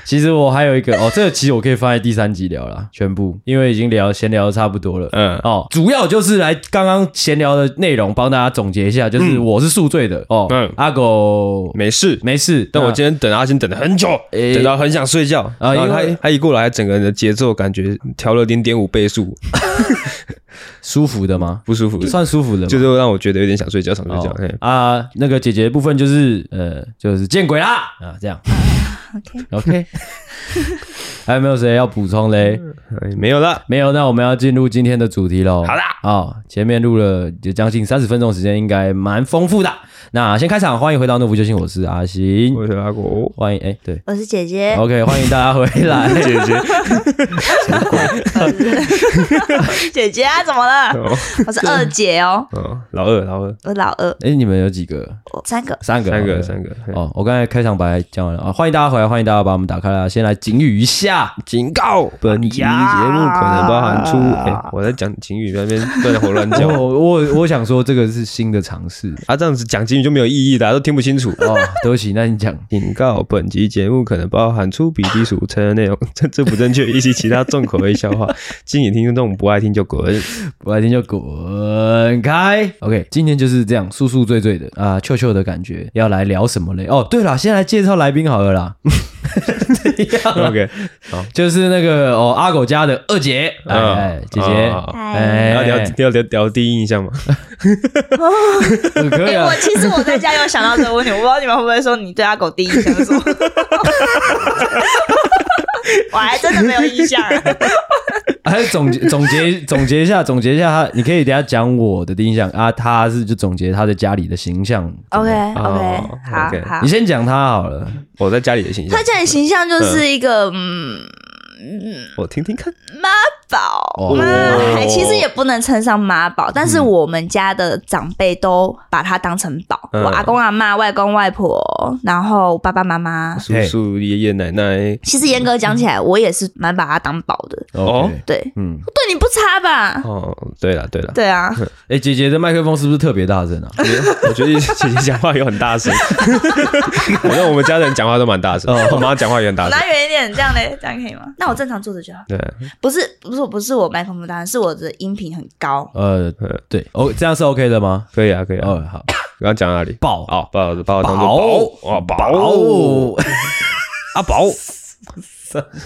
Speaker 3: 其实我还有一个哦，这个其实我可以放在第三集聊啦，全部，因为已经聊闲聊的差不多了。
Speaker 2: 嗯，
Speaker 3: 哦，主要就是来刚刚闲聊的内容，帮大家总结一下，就是我是宿醉的、哦，
Speaker 2: 嗯
Speaker 3: 阿狗
Speaker 2: 没事。
Speaker 3: 嗯没嗯事，
Speaker 2: 但我
Speaker 3: 那
Speaker 2: 今天等阿星等了很久，
Speaker 3: 诶
Speaker 2: 等到很想睡觉，
Speaker 3: 哎啊
Speaker 2: 然后
Speaker 3: 因为
Speaker 2: 他他一过来，整个人的节奏感觉调了零点五倍速，
Speaker 3: 舒服的吗？
Speaker 2: 不舒服，
Speaker 3: 算舒服的吗，
Speaker 2: 就是让我觉得有点想睡觉，想睡觉。嘿
Speaker 3: 哦啊，那个姐姐的部分就是呃，就是见鬼啦啊，这 样
Speaker 1: OK，
Speaker 3: OK。还有没有谁要补充嘞？
Speaker 2: 哎，没有了，
Speaker 3: 没有，那我们要进入今天的主题喽。
Speaker 2: 好啦，
Speaker 3: 哦，前面录了就将近三十分钟的时间，应该蛮丰富的。那先开场，欢迎回到诺夫救星，我是阿行，
Speaker 2: 我是阿 果，
Speaker 3: 欢迎哎、对
Speaker 1: 我是姐姐，
Speaker 3: ，OK，欢迎大家回来。
Speaker 2: 姐 姐，
Speaker 1: 姐姐啊，怎么了？
Speaker 2: 哦
Speaker 1: 我是二姐哦，
Speaker 2: 哦，老二，老二，
Speaker 1: 我老二，
Speaker 3: 哎、你们有几个？
Speaker 1: 我三个。
Speaker 3: 三个，
Speaker 2: 三
Speaker 3: 哦
Speaker 2: 个，三个，嘿
Speaker 3: 哦，我刚才开场白讲完了啊，欢迎大家回来，欢迎大家把我们打开了，先来警语一下。
Speaker 2: 警告！本集节目可能包含出……哎、我在讲警语在那边乱吼乱
Speaker 3: 哎我
Speaker 2: 叫，
Speaker 3: 我我想说，这个是新的尝试
Speaker 2: 啊，这样子讲警语就没有意义的、啊，都听不清楚。
Speaker 3: 哦。对不起，那你讲
Speaker 2: 警告！本集节目可能包含粗鄙、低俗、成人内容、 政治不正确以及其他重口味笑 话，敬请听众不爱听就 滚。
Speaker 3: 不爱听就滚开。OK，今天就是这样，素素醉醉的啊、臭臭的感觉，要来聊什么嘞？哦，对了，先来介绍来宾好了 啦。怎样啊
Speaker 2: OK，
Speaker 3: 就是那个哦，阿狗家的二姐，哎
Speaker 2: 嗯
Speaker 3: 哎，姐
Speaker 2: 哦
Speaker 3: 姐，哎，
Speaker 2: 要聊要聊聊第一印象嘛？
Speaker 3: 嗯可以
Speaker 1: 哎，
Speaker 3: 啊
Speaker 1: 我。其实我在家有想到这个问题，我不知道你们会不会说你对阿狗第一印象是什么。 我还真的没有印象，
Speaker 3: 还有哎总结总结总结一下，总结一下他，你可以等一下讲我的第一印象啊。他是就总结他在家里的形象。怎么样
Speaker 1: OK，OK，
Speaker 2: 哦
Speaker 1: 好
Speaker 2: OK
Speaker 1: 好
Speaker 3: 你先讲他好了。
Speaker 2: 我在家里的形象
Speaker 1: 他，这样的形象就是一个嗯
Speaker 2: 我听听看。
Speaker 1: 妈宝，
Speaker 3: 哦
Speaker 1: 妈还其实也不能称上妈宝，但是我们家的长辈都把他当成宝，
Speaker 2: 嗯
Speaker 1: 我阿公阿妈、外公外婆，然后爸爸妈妈。
Speaker 2: 叔叔、爷爷、奶奶，
Speaker 1: 其实严格讲起来，我也是蛮把他当宝的，
Speaker 2: 哦
Speaker 3: OK
Speaker 1: 对，
Speaker 3: 嗯，
Speaker 1: 对你不差吧？
Speaker 2: 哦，对了对了，
Speaker 1: 对啊，
Speaker 3: 哎、姐姐的麦克风是不是特别大声啊？
Speaker 2: 我觉得姐姐讲话有很大声， 反正我们家人讲话都蛮大声，我妈讲话也很大
Speaker 1: 我
Speaker 2: 声。
Speaker 1: 拿远一点，这样嘞，这 样可以
Speaker 2: 嗯
Speaker 1: 吗？那我正常坐着就好。
Speaker 2: 对，
Speaker 1: 不是，不是，不是我麦克风大，是我的音频很高。
Speaker 3: 呃
Speaker 2: 呃，
Speaker 3: 对，哦，这样是 OK 的吗？
Speaker 2: 可以啊，可以啊。
Speaker 3: 哦，好，
Speaker 2: 刚刚讲到哪里？
Speaker 3: 爆
Speaker 2: 哦，把把我当做
Speaker 3: 宝
Speaker 2: 哦，宝
Speaker 3: 哦，
Speaker 2: 阿宝，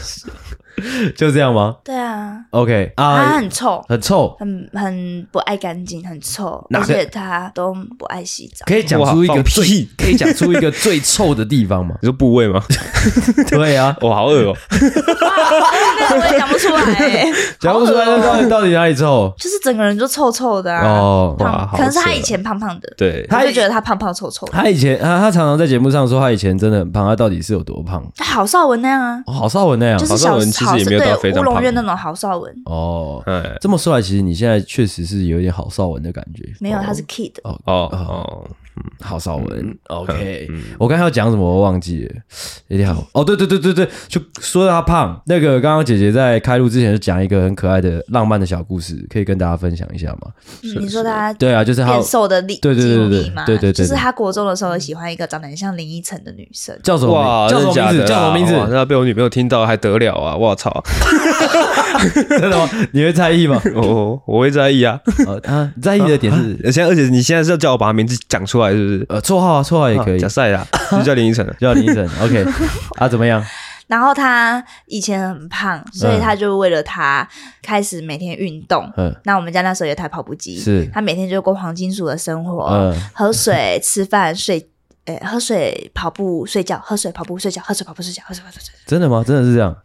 Speaker 3: 就这样吗
Speaker 1: 对啊，
Speaker 3: ？OK
Speaker 1: 他
Speaker 3: 啊，
Speaker 1: 很臭，
Speaker 2: 哎
Speaker 3: 很臭，
Speaker 1: 很很不爱干净，很臭，
Speaker 3: 哪
Speaker 1: 而
Speaker 3: 个
Speaker 1: 且他都不爱洗 澡。
Speaker 3: 可以讲出一
Speaker 2: 哇
Speaker 3: 个
Speaker 2: 放
Speaker 3: 最
Speaker 2: 屁，
Speaker 3: 可以讲出一个最臭的地
Speaker 2: ？
Speaker 3: 方吗
Speaker 2: 你说部位吗？
Speaker 3: 对啊，
Speaker 2: 我好恶哦，
Speaker 1: 那个我也讲不出来、 欸，
Speaker 3: 讲不出来，那到底到底哪里臭？
Speaker 1: 就是整个人就臭臭的啊。
Speaker 3: 哦
Speaker 2: 哇
Speaker 1: 胖，
Speaker 2: 好
Speaker 1: 可能是他
Speaker 2: 扯
Speaker 1: 以前胖胖的，
Speaker 2: 对，
Speaker 1: 他就觉得他胖胖臭臭的，
Speaker 3: 他以前他他常常在节目上说他以前真的很胖，他到底是有多胖？
Speaker 1: 他郝邵文那样啊，
Speaker 3: 哦，郝邵文那样
Speaker 1: 就是
Speaker 2: 郝邵
Speaker 1: 小
Speaker 2: 文其实也没有到
Speaker 1: 对
Speaker 2: 非常
Speaker 1: 乌龙
Speaker 2: 胖
Speaker 1: 院那种郝邵文，
Speaker 3: 哦，
Speaker 2: 哎，
Speaker 3: 这么说来，其实你现在确实是有一点郝邵文的感觉。
Speaker 1: 没有，他是 kid，
Speaker 3: 哦
Speaker 2: 哦
Speaker 3: 哦，
Speaker 2: 哦，
Speaker 3: 郝邵文，OK，我刚才要讲什么我忘记了，有点好。哦，对对对对对，就说到他胖，那个刚刚姐姐在开录之前就讲一个很可爱的浪漫的小故事，可以跟大家分享一下吗？
Speaker 1: 嗯你说他
Speaker 3: 对啊，就是他
Speaker 1: 变瘦的历
Speaker 3: 对对对对对
Speaker 1: 经历嘛
Speaker 3: 对对对
Speaker 1: 就是
Speaker 3: 对
Speaker 1: 他国中的时候喜欢一个长得很像林依晨的女生，
Speaker 3: 叫什么
Speaker 2: 哇，
Speaker 3: 名？叫什么名字？
Speaker 2: 真的
Speaker 3: 叫
Speaker 2: 假
Speaker 3: 什
Speaker 2: 的
Speaker 3: 么
Speaker 2: 啊
Speaker 3: 名
Speaker 2: 哇
Speaker 3: 字？
Speaker 2: 那被我女朋友听到还得了啊！我操，
Speaker 3: 真的吗？你会在意 吗？
Speaker 2: 我我会在意啊。
Speaker 3: 哦啊，在意的 点是
Speaker 2: 而且而且你现在是要叫我把她名字讲出来，是不是？
Speaker 3: 呃绰号啊，绰号也可以
Speaker 2: 啊假，赛啦，就叫林依晨了。
Speaker 3: 叫林医生。OK，啊怎么样？
Speaker 1: 然后他以前很胖，所以他就为了他开始每天运动。
Speaker 3: 嗯
Speaker 1: 那我们家那时候有台跑步机，
Speaker 3: 是
Speaker 1: 他每天就过黄金鼠的生活，
Speaker 3: 嗯
Speaker 1: 喝水、吃饭、睡，诶、喝水、跑步、睡觉，喝水、跑步、睡觉，喝水、跑步、睡觉，喝水、跑步、睡觉，
Speaker 3: 真的吗？真的是这样？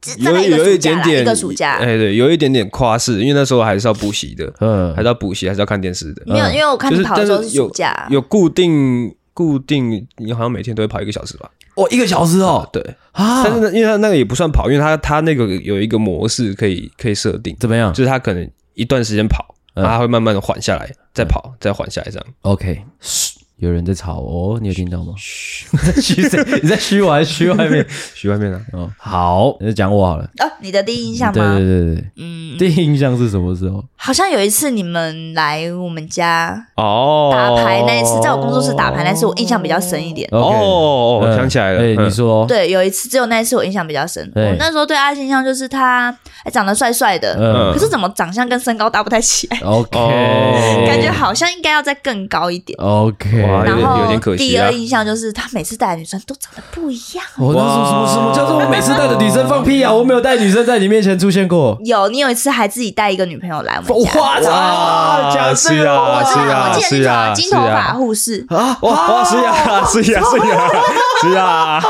Speaker 1: 只大
Speaker 2: 有
Speaker 1: 概一个
Speaker 2: 有
Speaker 1: 暑
Speaker 2: 一
Speaker 1: 假
Speaker 2: 点
Speaker 1: 啦，
Speaker 2: 点
Speaker 1: 一个暑假。
Speaker 2: 哎，对，有一点点夸饰，因为那时候还是要补习的，
Speaker 3: 嗯
Speaker 2: 还是要补习，还是要看电视的。
Speaker 1: 没有，因啊为我看
Speaker 2: 嗯就
Speaker 1: 你
Speaker 2: 是
Speaker 1: 跑的
Speaker 2: 但
Speaker 1: 时候是
Speaker 2: 是
Speaker 1: 暑
Speaker 2: 有
Speaker 1: 假，
Speaker 2: 有固定固定，你好像每天都会跑一个小时吧？
Speaker 3: 哇，一个小时哦，
Speaker 2: 对。
Speaker 3: 啊
Speaker 2: 但是呢，因为他那个也不算跑，因为他他那个有一个模式可以可以设定，
Speaker 3: 怎么嗯样
Speaker 2: 就是他可能一段时间跑，然后他会慢慢的缓下来，再
Speaker 3: 嗯
Speaker 2: 跑，再缓下来这样。
Speaker 3: ？OK，嘘，有人在吵哦，你有听到吗？嘘，嘘 谁？你在嘘我还是嘘外面？
Speaker 2: 徐外面呢？
Speaker 3: 哦，好，那就讲我好了。
Speaker 1: 哦，你的第一印象
Speaker 3: 对
Speaker 1: 吗？
Speaker 3: 对对对，
Speaker 1: 嗯，
Speaker 3: 第一印象是什么时候？
Speaker 1: 好像有一次你们来我们家
Speaker 2: 哦，
Speaker 1: 打牌那一次，在我工作室打牌那次，我印象比较深一点。
Speaker 3: OK
Speaker 2: 哦，我
Speaker 3: 嗯
Speaker 2: 想起来了，
Speaker 3: 哎，
Speaker 2: 嗯
Speaker 3: 你说，
Speaker 1: 对，有一次只有那一次我印象比较深。
Speaker 3: 对
Speaker 1: 我那时候对他的印象就是他哎长得帅帅的，
Speaker 3: 嗯
Speaker 1: 可是怎么长相跟身高搭不太起来，
Speaker 3: ，OK，
Speaker 2: 哦
Speaker 1: 感觉好像应该要再更高一点。
Speaker 3: OK，
Speaker 2: 哇
Speaker 1: 然
Speaker 2: 有点
Speaker 1: 后
Speaker 2: 有点可惜
Speaker 1: 第
Speaker 2: 啊
Speaker 1: 二印象就是他每次带的女生都长得不一样。
Speaker 3: 我哦那时候什么什么叫做我每次带着女生放屁啊？我没有带女生在你面前出现过。
Speaker 1: 有，你有一次还自己带一个女朋友来我们家。
Speaker 3: 哇操！讲这
Speaker 2: 是
Speaker 3: 个
Speaker 2: 啊
Speaker 1: 我
Speaker 3: 哇
Speaker 1: 知道，我记得
Speaker 2: 是
Speaker 1: 你找
Speaker 2: 啊
Speaker 1: 了金头
Speaker 2: 是啊
Speaker 1: 发护士，
Speaker 3: 啊！
Speaker 2: 哇哇是
Speaker 3: 哦
Speaker 2: 呀是 呀是呀是呀，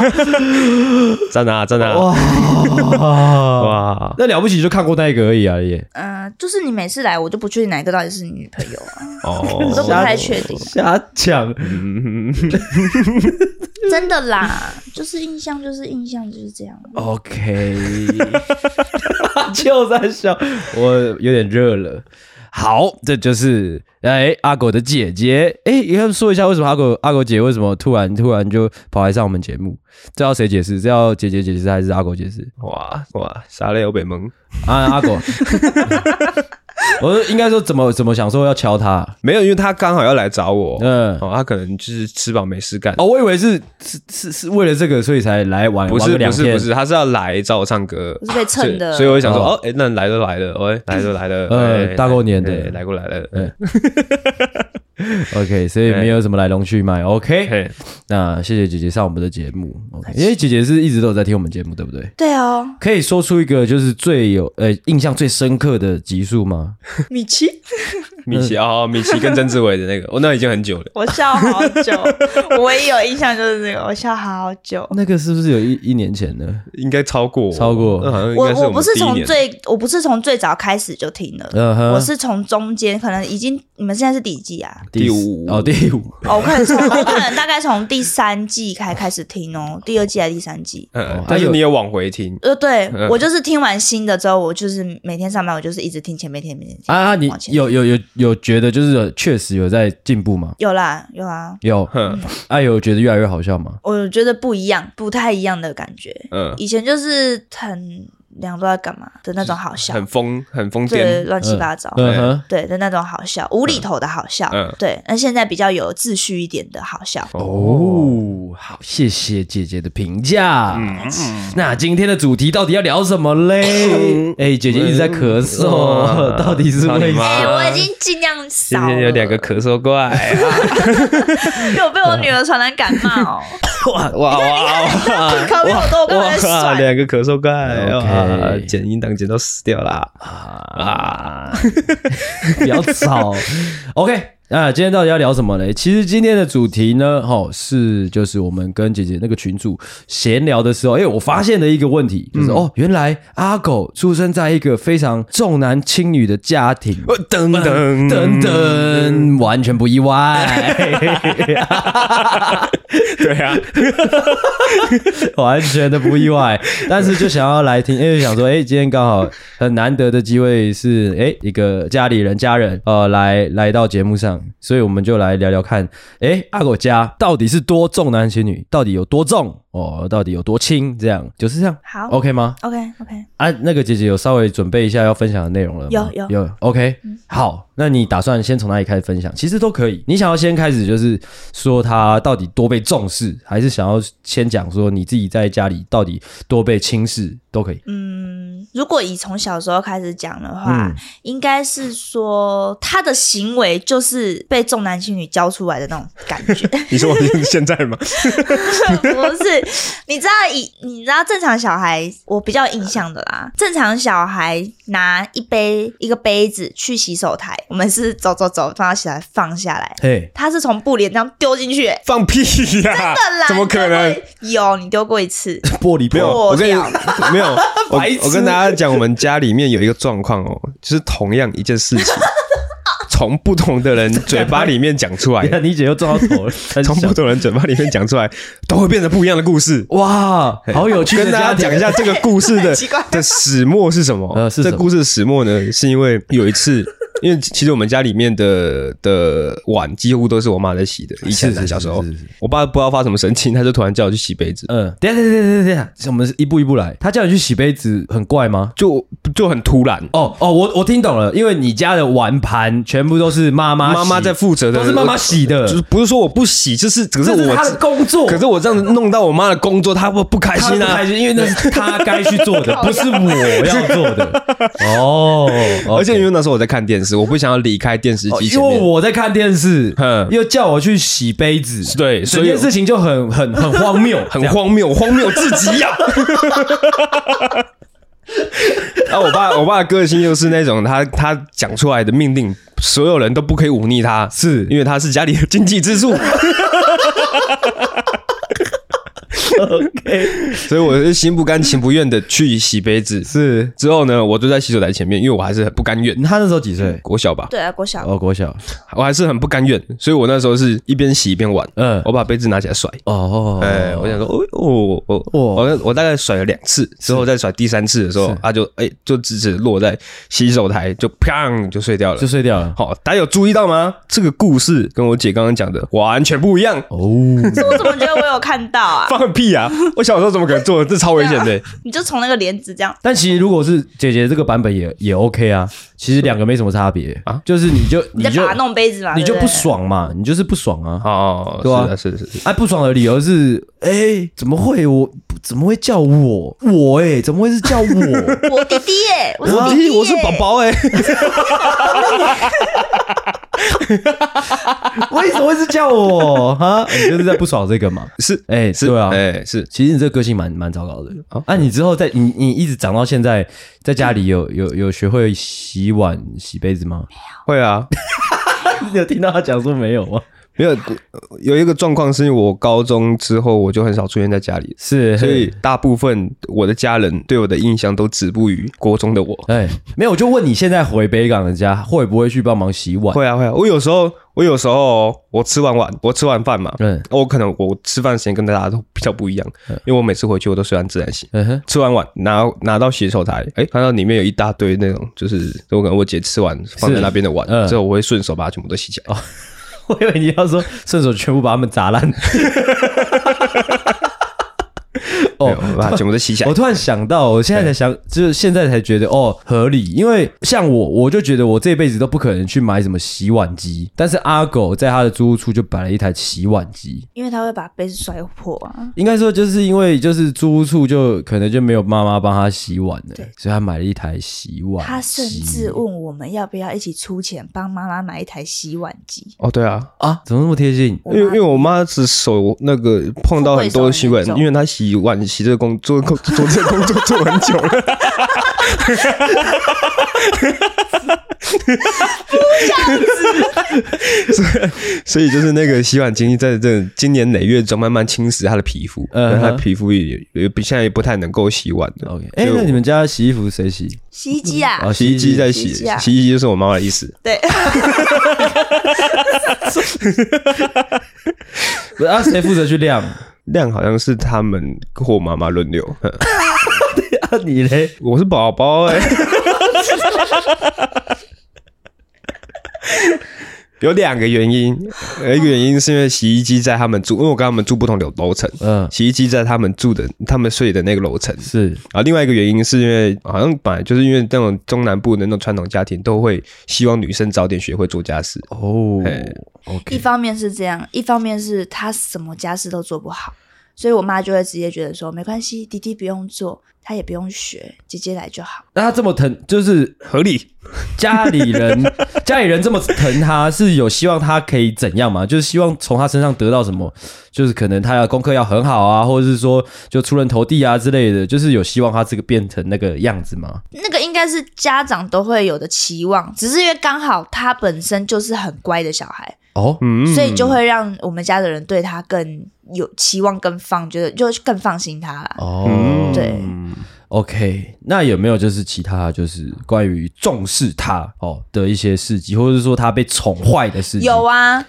Speaker 2: 在哪在哪？
Speaker 3: 哇！
Speaker 2: 啊 哇，
Speaker 3: 那了不起就看过那一个而已啊，也
Speaker 1: 嗯，就是你每次来，我就不确定哪一个到底是你女朋友 啊，我都不
Speaker 2: 哦，
Speaker 1: 太确定，
Speaker 3: 瞎讲。
Speaker 2: 嗯
Speaker 1: 真的啦，就是印象就是印象就是这样。
Speaker 3: OK，就在笑，我有点热了。好，这就是哎阿狗的姐姐。哎，你要说一下为什么阿狗阿狗姐为什么突然突然就跑来上我们节目？这要谁解释？这要姐姐解释还是阿狗解释？
Speaker 2: 哇哇，沙雷欧北蒙。
Speaker 3: 啊阿 狗，我应该说怎么怎么想说要敲他？
Speaker 2: 没有，因为他刚好要来找我，
Speaker 3: 嗯
Speaker 2: 哦，他可能就是吃饱没事干，
Speaker 3: 哦，我以为是是是是为了这个所以才来玩，
Speaker 2: 不
Speaker 3: 哎玩
Speaker 2: 是
Speaker 3: 个两
Speaker 2: 不是
Speaker 3: 天
Speaker 2: 不是，他是要来找我唱歌，
Speaker 1: 我是被蹭的
Speaker 2: 所以所以我就想说，
Speaker 3: 哦
Speaker 2: 哦，哎、那来都来了，喂、来都来了，
Speaker 3: 呃
Speaker 2: 哎
Speaker 3: 大过年的
Speaker 2: 哎来过来了，
Speaker 3: 嗯 OK，所以没有什么来龙去脉。OK，
Speaker 2: 嘿，
Speaker 3: 那谢谢姐姐上我们的节目，OK，因为姐姐是一直都有在听我们节目，对不对？
Speaker 1: 对哦，
Speaker 3: 可以说出一个就是最有呃印象最深刻的集数吗？
Speaker 1: 米奇，
Speaker 2: 米奇哦，米奇跟曾志伟的那个，哦，那已经很久了，
Speaker 1: 我笑好 久，我唯一有印象就是这个，我笑好久。
Speaker 3: 那个是不是有一一年前呢？
Speaker 2: 应该超过
Speaker 3: 超过
Speaker 2: 那好像应
Speaker 1: 我
Speaker 2: 该
Speaker 1: 我
Speaker 2: 我
Speaker 1: 不
Speaker 2: 们
Speaker 1: 是
Speaker 2: 第一
Speaker 1: 从
Speaker 2: 年，
Speaker 1: 最我不是从最早开始就听了，
Speaker 3: 嗯哼
Speaker 1: 我是从中间，可能已经你们现在是第几季啊？
Speaker 2: 第五
Speaker 3: 哦，第五，
Speaker 1: 哦，我可能从 我可能大概从第三季开开始听哦，第二季还是第三季？
Speaker 2: 嗯
Speaker 3: 哦，
Speaker 2: 但
Speaker 3: 还
Speaker 2: 是
Speaker 3: 有
Speaker 2: 你有往回听，
Speaker 1: 呃，对
Speaker 2: 嗯
Speaker 1: 我就是听完新的之后，我就是每天上班，我就是一直听前面听前面。前面
Speaker 3: 啊啊，你
Speaker 1: 往前
Speaker 3: 有有有有觉得就是有确实有在进步吗？
Speaker 1: 有啦有啊，
Speaker 3: 有，
Speaker 2: 哼，
Speaker 3: 啊有觉得越来越好笑吗？
Speaker 1: 我觉得不一样，不太一样的感觉。
Speaker 2: 嗯，
Speaker 1: 以前就是很两都在干嘛的那种好笑，
Speaker 2: 很疯很疯
Speaker 1: 对，
Speaker 2: 癫，
Speaker 1: 乱七八糟。
Speaker 3: 嗯哼，
Speaker 1: 对的那种好笑，无厘头的好笑，
Speaker 2: 嗯嗯
Speaker 1: 对。那现在比较有秩序一点的好
Speaker 2: 啊
Speaker 1: 笑，
Speaker 3: 哦，好，谢谢姐姐的评价。
Speaker 2: 嗯
Speaker 1: 嗯
Speaker 3: 那今天的主题到底要聊什么嘞？哎、姐姐一直在咳嗽，
Speaker 2: 嗯
Speaker 3: 到底是
Speaker 2: 操你
Speaker 3: 为什
Speaker 2: 妈
Speaker 1: 哎、
Speaker 3: 么？
Speaker 1: 我已经尽量
Speaker 2: 今
Speaker 1: 少了。
Speaker 2: 天有两个咳嗽怪，
Speaker 1: 有被我女儿传染感 冒，
Speaker 2: 哇哇哇
Speaker 1: 你 靠边我都有跟人
Speaker 2: 啊哇！
Speaker 1: 甩。
Speaker 2: 两个咳嗽怪，哇
Speaker 3: OK
Speaker 2: 剪音档剪到死掉啦！
Speaker 3: 啊， 比较吵。OK，那今天到底要聊什么嘞？其实今天的主题呢，哈，是就是我们跟姐姐那个群主闲聊的时候，哎、我发现了一个问题，就是、哦，原来阿狗出生在一个非常重男轻女的家庭。
Speaker 2: 哦噔噔
Speaker 3: 噔，噔，完全不意外，
Speaker 2: 对啊，
Speaker 3: 完全的不意外。但是就想要来听，因为想说，哎、今天刚好很难得的机会是，哎、一个家里人、家人，呃，来来到节目上，所以我们就来聊聊看，哎、阿狗家到底是多重男轻女，到底有多重哦，到底有多轻，这样就是这样
Speaker 1: 好
Speaker 3: ，OK 吗？
Speaker 1: OK OK，
Speaker 3: 啊，那个姐姐有稍微准备一下要分享的内容了吗？
Speaker 1: 有有嗯
Speaker 3: 有，OK，、好，那你打算先从哪里开始分享？其实都可以，你想要先开始就是说她到底多被重视，还是想要先讲说你自己在家里到底多被轻视，都可以。
Speaker 1: 嗯，如果以从小时候开始讲的话，
Speaker 3: 嗯
Speaker 1: 应该是说他的行为就是被重男轻女教出来的那种感觉。
Speaker 2: 你说我是现在吗？
Speaker 1: 不是， 你知道以你知道正常小孩，我比较有印象的啦。正常小孩拿一杯一个杯子去洗手台，我们是走走走放到洗手台放下来，
Speaker 3: 嘿，
Speaker 1: 他是从布帘这样丢进去、欸。
Speaker 2: 放屁呀、
Speaker 1: 真的啦
Speaker 2: 啊怎么可能？？
Speaker 1: 有你丢过一次，
Speaker 3: 玻璃
Speaker 2: 没有，
Speaker 1: 破
Speaker 2: 我跟你
Speaker 1: 掉
Speaker 2: 没有，我
Speaker 3: 白痴
Speaker 2: 我跟大家讲，我们家里面有一个状况哦，就是同样一件 事情，从不同的人嘴巴里面讲出来
Speaker 3: 你，看 你姐又撞到头了，真
Speaker 2: 从
Speaker 3: 小
Speaker 2: 不同人嘴巴里面讲出来，都会变成不一样的故事。
Speaker 3: 哇，好有 趣的嗯
Speaker 2: 跟大家
Speaker 3: 家庭
Speaker 2: 讲一下这个故事的
Speaker 1: 奇怪
Speaker 2: 的始末是什么？
Speaker 3: 呃是什
Speaker 2: 这
Speaker 3: 么
Speaker 2: 故事的始末呢，是因为有一次，因为其实我们家里面的的碗几乎都是我妈在洗的，以前
Speaker 3: 是
Speaker 2: 啊
Speaker 3: 是
Speaker 2: 小时候
Speaker 3: 是是是，
Speaker 2: 我爸不知道发什么神经，他就突然叫我去洗杯子，
Speaker 3: 嗯，等一下等一下等一下等一下，我们是一步一步来。他叫你去洗杯子，很怪吗？
Speaker 2: 就就很突然，
Speaker 3: 哦哦，我我听懂了，因为你家的碗盘全部都是妈妈洗
Speaker 2: 妈妈在负责的，
Speaker 3: 都是妈妈洗的，
Speaker 2: 就是不是说我不洗，就是可是
Speaker 3: 这
Speaker 2: 我
Speaker 3: 是他的工作，
Speaker 2: 可是我这样子弄到我妈的工作，她会不开
Speaker 3: 他
Speaker 2: 心
Speaker 3: 不
Speaker 2: 啊
Speaker 3: 开。心，因为那是他该去做 的，不是我要做的。哦，
Speaker 2: 而且因
Speaker 3: OK
Speaker 2: 为那时候我在看电视，我不想要离开电视
Speaker 3: 哦
Speaker 2: 机前
Speaker 3: 因为
Speaker 2: 面。
Speaker 3: 我在看电视
Speaker 2: 嗯，
Speaker 3: 又叫我去洗杯子，
Speaker 2: 对
Speaker 3: 整
Speaker 2: 所以
Speaker 3: 件事情就很很很荒谬，这
Speaker 2: 很
Speaker 3: 样。
Speaker 2: 荒谬，荒谬至极呀、 啊！我爸，我爸的个性又是那种他他讲出来的命令，所有人都不可以忤逆他，
Speaker 3: 是
Speaker 2: 因为他是家里的经济支 柱。
Speaker 3: OK，
Speaker 2: 所以我是心不甘情不愿的去洗杯子。
Speaker 3: 是
Speaker 2: 之后呢，我就在洗手台前面，因为我还是很不甘愿。
Speaker 3: 他那时候几岁？
Speaker 2: 国小吧，
Speaker 1: 对啊，郭晓，
Speaker 3: 哦，国小，
Speaker 2: 我还是很不甘愿，所以我那时候是一边洗一边玩。
Speaker 3: 嗯，
Speaker 2: 我把杯子拿起来甩，
Speaker 3: 哦，
Speaker 2: 哎、我想说，哦，我我
Speaker 3: 哦
Speaker 2: 我我大概甩了两次，之后再甩第三次的时候
Speaker 3: 是，
Speaker 2: 它就哎、就直直落在洗手台，就砰就碎掉了
Speaker 3: 就。睡掉了。
Speaker 2: 好，大家有注意到吗？这个故事跟我姐刚刚讲的完全不一样。
Speaker 3: 哦，
Speaker 1: 这我怎么觉得我有看到啊？
Speaker 2: 放个屁啊！我小时候怎么可能做？这超危险 的、
Speaker 1: 你就从那个帘子这样，
Speaker 3: 但其实如果是姐姐这个版本也也 OK 啊，其实两个没什么差别
Speaker 2: 啊
Speaker 3: 就是你就
Speaker 1: 你
Speaker 3: 你
Speaker 1: 再
Speaker 3: 就
Speaker 1: 把它弄杯子嘛，
Speaker 3: 你就
Speaker 1: 对
Speaker 3: 不
Speaker 1: 对。
Speaker 3: 爽嘛，你就是不爽啊。
Speaker 2: 哦，
Speaker 3: 对啊
Speaker 2: 是的，是的，是的。
Speaker 3: 哎，不爽的理由是，哎、怎么会我怎么会叫我我哎、怎么会是叫我？
Speaker 1: 我弟弟耶，我是
Speaker 3: 啊
Speaker 2: 我
Speaker 1: 弟弟耶，
Speaker 2: 我是宝宝哎，
Speaker 3: 为什么会是叫我 哈？你就是在不爽这个嘛？
Speaker 2: 是
Speaker 3: 哎、
Speaker 2: 是，
Speaker 3: 对啊。
Speaker 2: 哎是，
Speaker 3: 其实你这个个性蛮蛮糟糕的
Speaker 2: 哦
Speaker 3: 啊！你之后在你你一直长到现在，在家里有有有学会洗碗洗杯子吗？
Speaker 2: 会啊，
Speaker 3: 你有听到他讲说没有吗？
Speaker 2: 没有有一个状况是因为我高中之后我就很少出现在家里，
Speaker 3: 是，
Speaker 2: 所以大部分我的家人对我的印象都止步于国中的我。
Speaker 3: 哎、没有，我就问你现在回北港的家会不会去帮忙洗碗？
Speaker 2: 会啊会啊，我有时候我有时候哦我吃完晚我吃完饭嘛，
Speaker 3: 嗯
Speaker 2: 我可能我吃饭时间跟大家都比较不一样，因为我每次回去我都睡完自然醒。
Speaker 3: 嗯哼，
Speaker 2: 吃完碗拿拿到洗手台，哎、看到里面有一大堆那种，就是我可能我姐吃完放在那边的碗，
Speaker 3: 嗯
Speaker 2: 之后我会顺手把它全部都洗起来。
Speaker 3: 我以为你要说顺手全部把他们砸烂。
Speaker 2: 哦，
Speaker 3: 哦，
Speaker 2: 我把它全部都洗起来
Speaker 3: 我。突然想到，我现在才想，就是现在才觉得哦合理，因为像我，我就觉得我这辈子都不可能去买什么洗碗机，但是阿狗在他的租屋处就摆了一台洗碗机。
Speaker 1: 因为他会把杯子摔破啊。
Speaker 3: 应该说，就是因为就是租屋处就可能就没有妈妈帮他洗碗了，所以他买了一台洗碗机。
Speaker 1: 他甚至问我们要不要一起出钱帮妈妈买一台洗碗机。
Speaker 2: 哦，对啊，
Speaker 3: 啊，怎么那么贴心？
Speaker 1: 我
Speaker 2: 因为
Speaker 1: 妈
Speaker 2: 因为我妈是手那个碰到很多洗碗
Speaker 1: 不会手很严，重
Speaker 2: 因为她洗碗洗这个工做工做这个工作做 很久了，所以所以就是那个洗碗机在这今年累月中慢慢侵蚀她的皮肤，
Speaker 3: 嗯
Speaker 2: 让她
Speaker 3: 哼
Speaker 2: 皮肤也也不现在也不太能够洗碗了。
Speaker 3: OK，哎、那你们家洗衣服谁洗？
Speaker 1: 洗衣机 啊，
Speaker 3: 啊，
Speaker 2: 哦洗衣机在
Speaker 1: 洗
Speaker 2: 洗，
Speaker 1: 衣机啊
Speaker 2: 洗衣机就是我妈妈的意思。
Speaker 1: 对，
Speaker 3: 不 是啊，谁负责去晾？啊，
Speaker 2: 量好像是他们或我妈妈轮流， 哼
Speaker 3: 你嘞？
Speaker 2: 我是宝宝哎，有两个原因，有一个原因是因为洗衣机在他们住，因为我跟他们住不同楼楼层，
Speaker 3: 嗯，
Speaker 2: 洗衣机在他们住的他们睡的那个楼层。
Speaker 3: 是
Speaker 2: 啊，另外一个原因是因为好像本来就是因为那种中南部的那种传统家庭都会希望女生早点学会做家事，
Speaker 3: 哦
Speaker 2: 哎
Speaker 1: 一
Speaker 3: ，OK，
Speaker 1: 方面是这样，一方面是他什么家事都做不好，所以我妈就会直接觉得说，没关系，弟弟不用做，他也不用学，姐姐来就好。
Speaker 3: 那他这么疼，就是
Speaker 2: 合理。
Speaker 3: 家里 人家里人这么疼他，是有希望他可以怎样吗？就是希望从他身上得到什么？就是可能他的功课要很好啊，或者是说就出人头地啊之类的，就是有希望他这个变成那个样子吗？
Speaker 1: 那个应该是家长都会有的期望，只是因为刚好他本身就是很乖的小孩，
Speaker 3: 哦，
Speaker 2: 嗯，
Speaker 1: 所以就会让我们家的人对他更有期望，更放觉得就更放心他啦。
Speaker 3: 哦
Speaker 2: 嗯
Speaker 1: 对
Speaker 3: OK，那有没有就是其他就是关于重视他哦的一些事迹，或者是说他被宠坏的事迹？
Speaker 1: 有啊，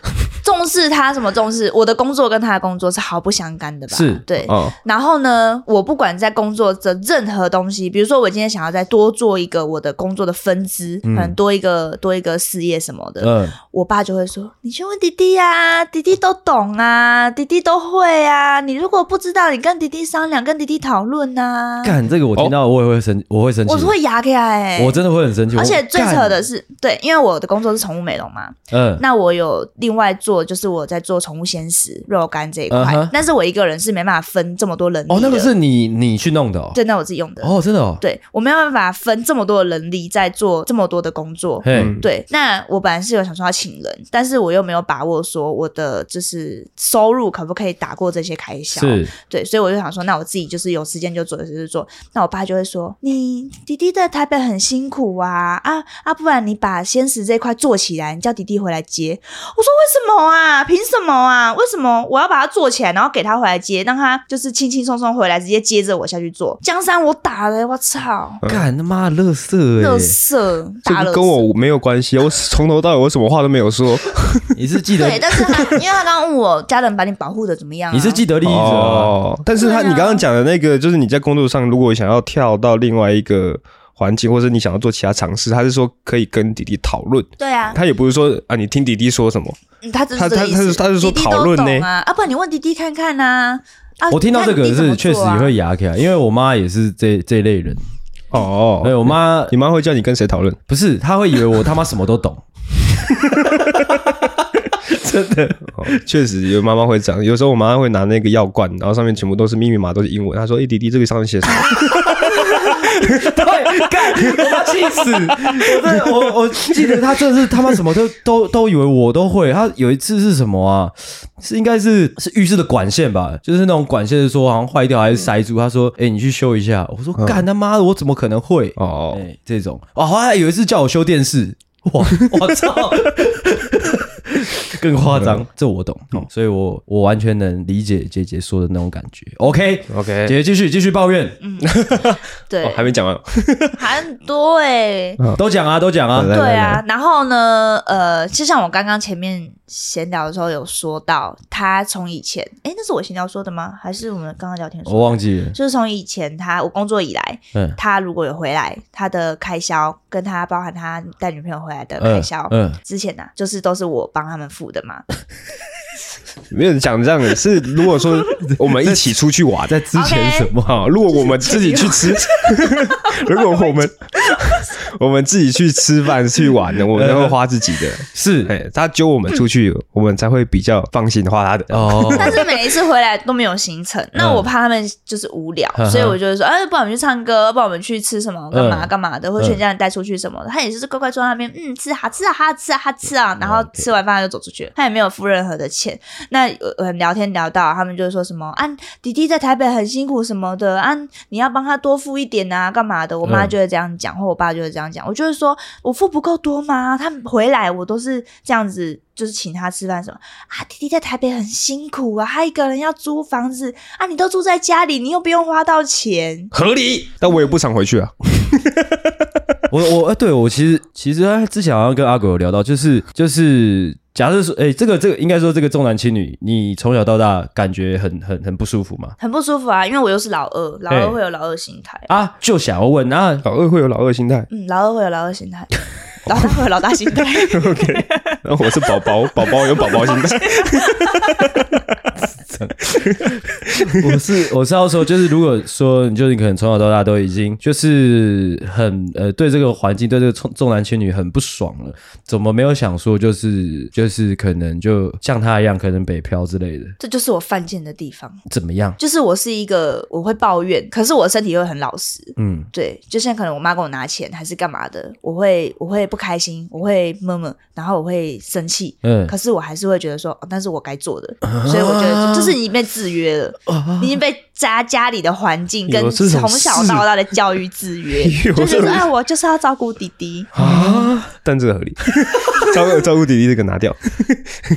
Speaker 1: 重视他什么重视？我的工作跟他的工作是毫不相干的吧？
Speaker 3: 是
Speaker 1: 对。
Speaker 2: 哦，
Speaker 1: 然后呢，我不管在工作的任何东西，比如说我今天想要再多做一个我的工作的分支，可能多一个多一个事业什么的，
Speaker 3: 嗯，
Speaker 1: 我爸就会说：“你去问弟弟啊，弟弟都懂啊，弟弟都会啊。你如果不知道，你跟弟弟商量，跟弟弟讨论啊。
Speaker 3: 干这个我听到我也会生，我会生”气，
Speaker 1: 我是会牙起来、欸，
Speaker 3: 我真的会很生气。
Speaker 1: 而且
Speaker 3: 我
Speaker 1: 最扯的
Speaker 3: 干
Speaker 1: 是，对，因为我的工作是宠物美容嘛，
Speaker 3: 嗯，
Speaker 1: 那我有另外做，就是我在做宠物鲜食、肉干这一块
Speaker 3: 嗯哼
Speaker 1: 但是我一个人是没办法分这么多人力的。
Speaker 3: 哦，那个是你你去弄的哦，
Speaker 1: 对，那我自己用的。
Speaker 3: 哦，真的哦，
Speaker 1: 对，我没有办法分这么多的人力在做这么多的工作。
Speaker 3: 嘿，
Speaker 2: 嗯
Speaker 1: 对，那我本来是有想说要请人，但是我又没有把握说我的就是收入可不可以打过这些开销。
Speaker 3: 是
Speaker 1: 对，所以我就想说，那我自己就是有时间就做，有时间就做。那我爸就会说，你弟弟在台北很辛苦啊，啊啊，不然你把鲜食这块做起来，你叫弟弟回来接。我说为什么啊？凭什么啊？为什么我要把它做起来，然后给他回来接，让他就是轻轻松松回来，直接接着我下去做？江山我打了，我操！
Speaker 3: 干他妈乐色
Speaker 1: 乐
Speaker 3: 哎，
Speaker 1: 色，
Speaker 2: 这
Speaker 1: 打
Speaker 2: 个
Speaker 1: 了
Speaker 2: 跟我没有关系，我从头到尾我什么话都没有说。
Speaker 3: 你是既得
Speaker 1: 对，但是他因为他刚刚问我家人把你保护的怎么样、啊，
Speaker 3: 你是既得利益者啊，
Speaker 2: 哦，但是他
Speaker 1: 对啊
Speaker 2: 你刚刚讲的那个，就是你在工作上如果想要跳到另外一个环境，或者你想要做其他尝试，他是说可以跟弟弟讨论，
Speaker 1: 对啊，
Speaker 2: 他也不是说啊你听弟弟说什么，
Speaker 1: 嗯他只是
Speaker 2: 他
Speaker 1: 这个
Speaker 2: 他
Speaker 1: 意
Speaker 2: 他
Speaker 1: 思
Speaker 2: 是他是说
Speaker 1: 弟弟
Speaker 2: 讨论
Speaker 1: 都懂
Speaker 2: 呢
Speaker 1: 啊，啊，不然你问弟弟看看呐、啊。
Speaker 3: 我听到这个
Speaker 1: 看弟弟怎
Speaker 3: 是
Speaker 1: 么
Speaker 3: 确实
Speaker 1: 做啊
Speaker 3: 也会牙起来，因为我妈也是这这类人，
Speaker 2: 哦，
Speaker 3: 对我妈
Speaker 2: 你妈会叫你跟谁讨论？
Speaker 3: 不是，她会以为我他妈什么都懂，
Speaker 2: 哦 确实，有妈妈会这样。有时候我妈会拿那个药罐，然后上面全部都是密密麻麻都是英文。她说：“哎、弟弟，这个上面写什么
Speaker 3: 对，干，我妈气死！我真的，我我记得他真的是他妈什么都都都以为我都会。他有一次是什么啊？是应该是是浴室的管线吧，就是那种管线是说好像坏掉还是塞住。他说：“哎、你去修一下。”我说：“干他妈的，我怎么可能会？”？”
Speaker 2: 哦，
Speaker 3: 哎，这种哦，后来有一次叫我修电视， 哇，我操，更夸张，这我懂，哦所以我我完全能理解姐姐说的那种感觉。OK，姐
Speaker 2: OK
Speaker 3: 姐继续继续抱怨，
Speaker 2: 哦
Speaker 1: 对，，
Speaker 3: 哦
Speaker 2: 还没讲完。
Speaker 1: 还 很多哎、
Speaker 3: 都讲啊，都讲啊，
Speaker 2: 嗯来
Speaker 1: 对
Speaker 2: 来
Speaker 1: 啊，然后呢，呃，就像我刚刚前面闲聊的时候有说到，他从以前，哎，那是我闲聊说的吗？还是我们刚刚聊天说的？
Speaker 3: 我忘记了。
Speaker 1: 就是从以前他我工作以来，
Speaker 3: 嗯
Speaker 1: 他如果有回来，他的开销跟他包含他带女朋友回来的
Speaker 3: 嗯
Speaker 1: 开销，
Speaker 3: 嗯
Speaker 1: 之前呢、啊就是都是我帮他们付的嘛。
Speaker 2: 没有讲这样的，是如果 说我们一起出去玩，
Speaker 3: 在之前什么？
Speaker 2: 好，如果我们自己去吃， 如果我们我们自己去吃饭去玩的，我们都会花自己的。
Speaker 3: 是
Speaker 2: 哎，他揪我们出去，我们才会比较放心花他的。
Speaker 3: 哦，
Speaker 1: 但是每一次回来都没有行程，那我怕他们就是无聊，
Speaker 3: 嗯
Speaker 1: 所以我就会说，哎，不然我们去唱歌，不然我们去吃什么干嘛
Speaker 3: 嗯
Speaker 1: 干嘛的，或者全家人带出去什么的。他也是乖乖坐在那边，嗯，吃好吃啊，好吃啊，好吃啊，然后
Speaker 3: OK
Speaker 1: 吃完饭他就走出去了，他也没有付任何的钱。那呃呃聊天聊到他们就说什么啊，弟弟在台北很辛苦什么的啊，你要帮他多付一点啊，干嘛的？我妈
Speaker 3: 嗯
Speaker 1: 就会这样讲，或我爸就会这样讲。我就会说我付不够多吗？他们回来我都是这样子，就是请他吃饭什么啊。弟弟在台北很辛苦啊，他一个人要租房子啊，你都住在家里，你又不用花到钱。
Speaker 2: 合理，但我也不常回去啊。
Speaker 3: 我我呃，对我其实其实哎之前好像跟阿狗有聊到，就是就是。假设说，哎、这个这个应该说这个重男轻女，你从小到大感觉很很很不舒服嘛？
Speaker 1: 很不舒服啊，因为我又是老二，老
Speaker 3: 对
Speaker 1: 二会有老二心态，
Speaker 3: 啊，就想要问，那
Speaker 2: 老二会有老二心态，
Speaker 1: 嗯，老二会有老二心态， 老大会有老大心态，
Speaker 2: 然后我是宝宝，宝宝有宝宝心态。
Speaker 3: 上。我是我是要说，就是如果说你就你可能从小到大都已经就是很呃对这个环境对这个重重男轻女很不爽了，怎么没有想说就是就是可能就像他一样，可能北漂之类的，
Speaker 1: 这就是我犯贱的地方，
Speaker 3: 怎么样？
Speaker 1: 就是我是一个我会抱怨，可是我身体又很老实。
Speaker 3: 嗯，
Speaker 1: 对，就像可能我妈给我拿钱还是干嘛的，我会我会不开心，我会闷闷，然后我会生气，
Speaker 3: 嗯
Speaker 1: 可是我还是会觉得说，哦、那是我该做的，所以我觉得就就是你被制约了，你已经被家家里的环境跟
Speaker 2: 有这种
Speaker 1: 从小
Speaker 2: 事
Speaker 1: 到大的教育制约，
Speaker 2: 有
Speaker 1: 就
Speaker 2: 这
Speaker 1: 是
Speaker 2: 种
Speaker 1: 说，哎，我就是要照顾弟弟，
Speaker 2: 啊，但这个合理。照顾照顾弟弟这个拿掉，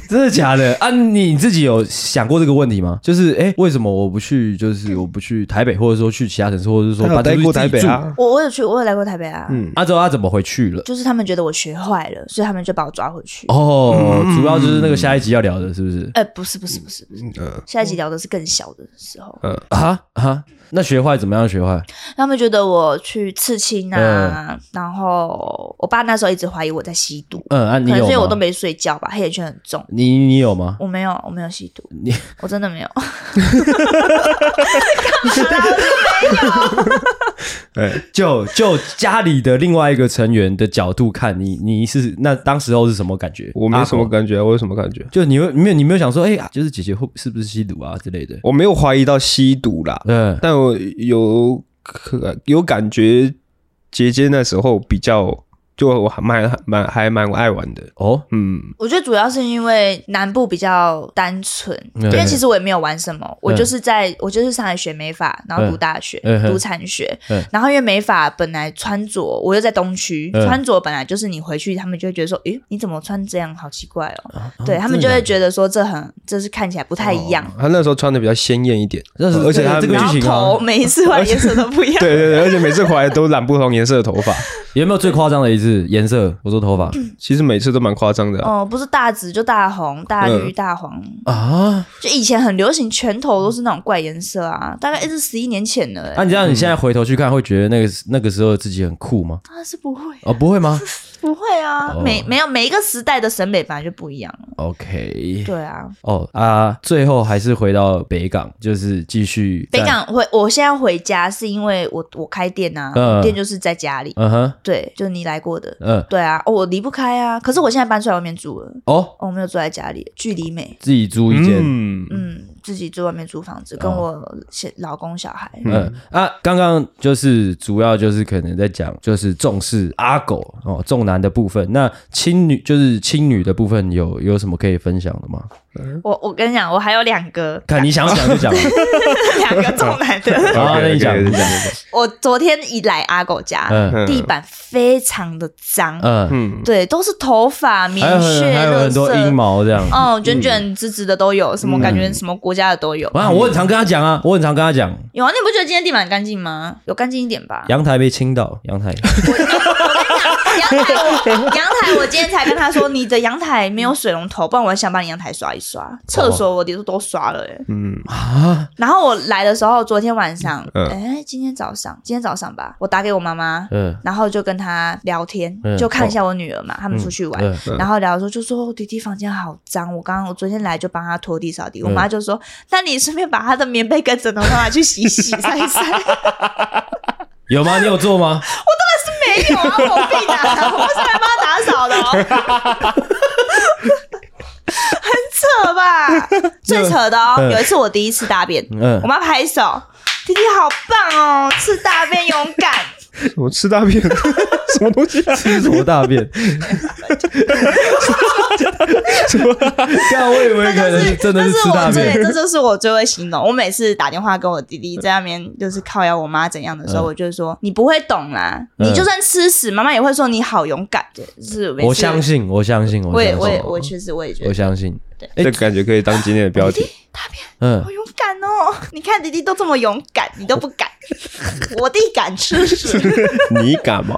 Speaker 3: 真的假的啊？你自己有想过这个问题吗？就是哎、诶为什么我不去？就是我不去台北，或者说去其他城市，或者是说
Speaker 2: 他有
Speaker 3: 搬
Speaker 2: 待
Speaker 3: 出去
Speaker 2: 过
Speaker 3: 自
Speaker 2: 台
Speaker 3: 己
Speaker 2: 北
Speaker 3: 住？
Speaker 2: 啊，
Speaker 1: 我我有去，我有来过台北啊，
Speaker 2: 嗯
Speaker 3: 啊，之后他怎么回去了？
Speaker 1: 就是他们觉得我学坏了，所以他们就把我抓回
Speaker 2: 嗯
Speaker 1: 去。
Speaker 3: 哦，主要就是那个下一集要聊的，是不是？
Speaker 1: 呃，不是不是不是不是，
Speaker 2: 呃，
Speaker 1: 下一集聊的是更小的时候，
Speaker 2: 嗯
Speaker 3: 啊啊，那学坏怎么样？学坏？
Speaker 1: 他们觉得我去刺青啊，然后我爸那时候一直怀疑我在吸毒，
Speaker 3: 嗯啊，你
Speaker 1: 可能
Speaker 3: 有
Speaker 1: 所以
Speaker 3: 吗
Speaker 1: 我都没睡觉吧，黑眼圈很重。
Speaker 3: 你你有吗？
Speaker 1: 我没有，我没有吸毒，
Speaker 3: 你
Speaker 1: 我真的没有。
Speaker 2: 哎，
Speaker 3: 就就家里的另外一个成员的角度看，你你是那当时候是什么感觉？
Speaker 2: 我没什
Speaker 3: 阿
Speaker 2: 么
Speaker 3: 狗，
Speaker 2: 感觉啊，我有什么感觉？
Speaker 3: 就你会没有你没有想说，哎、呀，就是姐姐会是不是吸毒啊之类的？
Speaker 2: 我没有怀疑到吸毒啦，
Speaker 3: 嗯，
Speaker 2: 但我有可有感觉，姐姐那时候比较，就我还蛮蛮还蛮爱玩的，
Speaker 3: 哦，
Speaker 2: 嗯，
Speaker 1: 我觉得主要是因为南部比较单纯，
Speaker 3: 嗯
Speaker 1: 因为其实我也没有玩什么，我就是在我就是上来学美发，然后读大学
Speaker 3: 嗯嗯，哼
Speaker 1: 读产学
Speaker 3: 嗯，
Speaker 1: 然后因为美发本来穿着，我又在东区，
Speaker 3: 嗯
Speaker 1: 穿着本来就是你回去他们就会觉得说，诶，你怎么穿这样，好奇怪哦，
Speaker 3: 啊
Speaker 1: 对他们
Speaker 3: 真的
Speaker 1: 就
Speaker 3: 假
Speaker 1: 会觉
Speaker 3: 的哦
Speaker 1: 得说这很这是看起来不太一样，
Speaker 2: 她那时候穿的比较鲜艳一点，
Speaker 3: 那是
Speaker 2: 呃而且她
Speaker 3: 这个
Speaker 2: 每
Speaker 1: 然后
Speaker 3: 剧情啊
Speaker 1: 头每一次换颜色都不一样，
Speaker 2: 对对对，而且每次回来都染不同颜色的头发，
Speaker 3: 有没有最夸张的一次颜色？我说头发
Speaker 1: 嗯
Speaker 2: 其实每次都蛮夸张的啊、
Speaker 1: 哦，不是大紫就大红、大绿、
Speaker 2: 嗯
Speaker 1: 大黄，
Speaker 3: 啊！
Speaker 1: 就以前很流行拳头都是那种怪颜色啊，大概也是十一年前了、
Speaker 3: 那、
Speaker 1: 欸。
Speaker 3: 啊你这样，你现在回头去看，会觉得那个那个时候的自己很酷吗？
Speaker 1: 当然啊是不会，
Speaker 3: 哦，不会吗
Speaker 1: 不会啊，
Speaker 3: 哦
Speaker 1: 每没有每一个时代的审美本来就不一样了。
Speaker 3: ？OK，
Speaker 1: 对啊，
Speaker 3: 哦啊，最后还是回到北港，就是继续在
Speaker 1: 北，港回，我现在回家是因为我我开店啊，
Speaker 3: 嗯
Speaker 1: 我店就是在家里，
Speaker 3: 嗯哼，
Speaker 1: 对，就是你来过的，
Speaker 3: 嗯，
Speaker 1: 对啊，哦，我离不开啊，可是我现在搬出来外面住了，
Speaker 3: 哦，
Speaker 1: 哦我没有住在家里，距离美，
Speaker 3: 自己租一间。
Speaker 2: 嗯，
Speaker 1: 嗯，自己住外面租房子，
Speaker 3: 哦
Speaker 1: 跟我现老公小孩，
Speaker 3: 嗯啊，刚刚就是主要就是可能在讲就是重视阿狗哦重男的部分，那青女就是青女的部分有有什么可以分享的吗？
Speaker 1: 我我跟你讲，我还有两个，
Speaker 3: 看你想讲就讲，
Speaker 1: 两个重男
Speaker 2: 嗯
Speaker 1: 的。
Speaker 3: 好啊，那你讲，
Speaker 2: OK，OK，
Speaker 3: 你讲，
Speaker 1: 我昨天一来阿狗家，
Speaker 3: 嗯
Speaker 2: 嗯
Speaker 1: 地板非常的脏，
Speaker 3: 嗯，
Speaker 2: 嗯，
Speaker 1: 对，都是头发、棉
Speaker 3: 还有
Speaker 1: 絮、
Speaker 3: 很还有
Speaker 1: 垃
Speaker 3: 很多
Speaker 1: 圾
Speaker 3: 阴毛嗯这样。
Speaker 1: 哦，卷卷直直的都有，什么感觉，什么国家的都有。
Speaker 3: 啊，我很常跟他讲啊，我很常跟他讲，
Speaker 1: 有啊，你不觉得今天地板很干净吗？有干净一点吧。
Speaker 3: 阳台被倾倒，阳台
Speaker 1: 阳 台我，阳台，我今天才跟他说，你的阳台没有水龙头，不然我想把你阳台刷一刷。厕所我都都刷了、欸，
Speaker 2: 嗯，
Speaker 3: 啊，
Speaker 1: 然后我来的时候，昨天晚上，哎、
Speaker 2: 嗯
Speaker 1: 今天早上，今天早上吧，我打给我妈妈，
Speaker 3: 嗯
Speaker 1: 然后就跟她聊天，
Speaker 3: 嗯
Speaker 1: 就看一下我女儿嘛，他们出去玩，
Speaker 3: 嗯
Speaker 1: 然后聊说就说哦我弟弟房间好脏，我刚刚我昨天来就帮他拖地扫地，我
Speaker 3: 嗯
Speaker 1: 妈就说，那你顺便把他的棉被跟枕头拿去洗洗晒一晒，
Speaker 3: 有吗？你有做吗？
Speaker 1: 没有啊，我有病啊，我是来帮他打扫的、哦。很 扯吧，最扯的哦！
Speaker 3: 嗯
Speaker 1: 有一次我第一次大便，
Speaker 3: 嗯
Speaker 1: 我，妈拍手，弟弟好棒哦，吃大便勇敢。
Speaker 2: 我吃大便， 什么东西啊？
Speaker 3: 吃什么大 便？什么？干，我以为可能真的
Speaker 1: 但
Speaker 3: 是吃大
Speaker 1: 我对，
Speaker 3: 便。
Speaker 1: 这就是我最会形容。我每次打电话跟我弟弟在那边就是靠摇我妈怎样的时候，
Speaker 3: 嗯
Speaker 1: 我就说你不会懂啦，
Speaker 3: 嗯
Speaker 1: 你就算吃屎，妈妈也会说你好勇敢。对，就是每次
Speaker 3: 我相，信，我相信，
Speaker 1: 我
Speaker 3: 我
Speaker 1: 也
Speaker 3: 相
Speaker 1: 我也
Speaker 3: 信，
Speaker 1: 我确实我也觉
Speaker 3: 我
Speaker 1: 得
Speaker 3: 相信。哎
Speaker 2: 这感觉可以当今天的标题。
Speaker 1: 大便
Speaker 3: 嗯
Speaker 1: 好，勇敢哦！你看弟弟都这么勇敢，你都不敢。我弟敢吃屎，
Speaker 2: 你敢吗？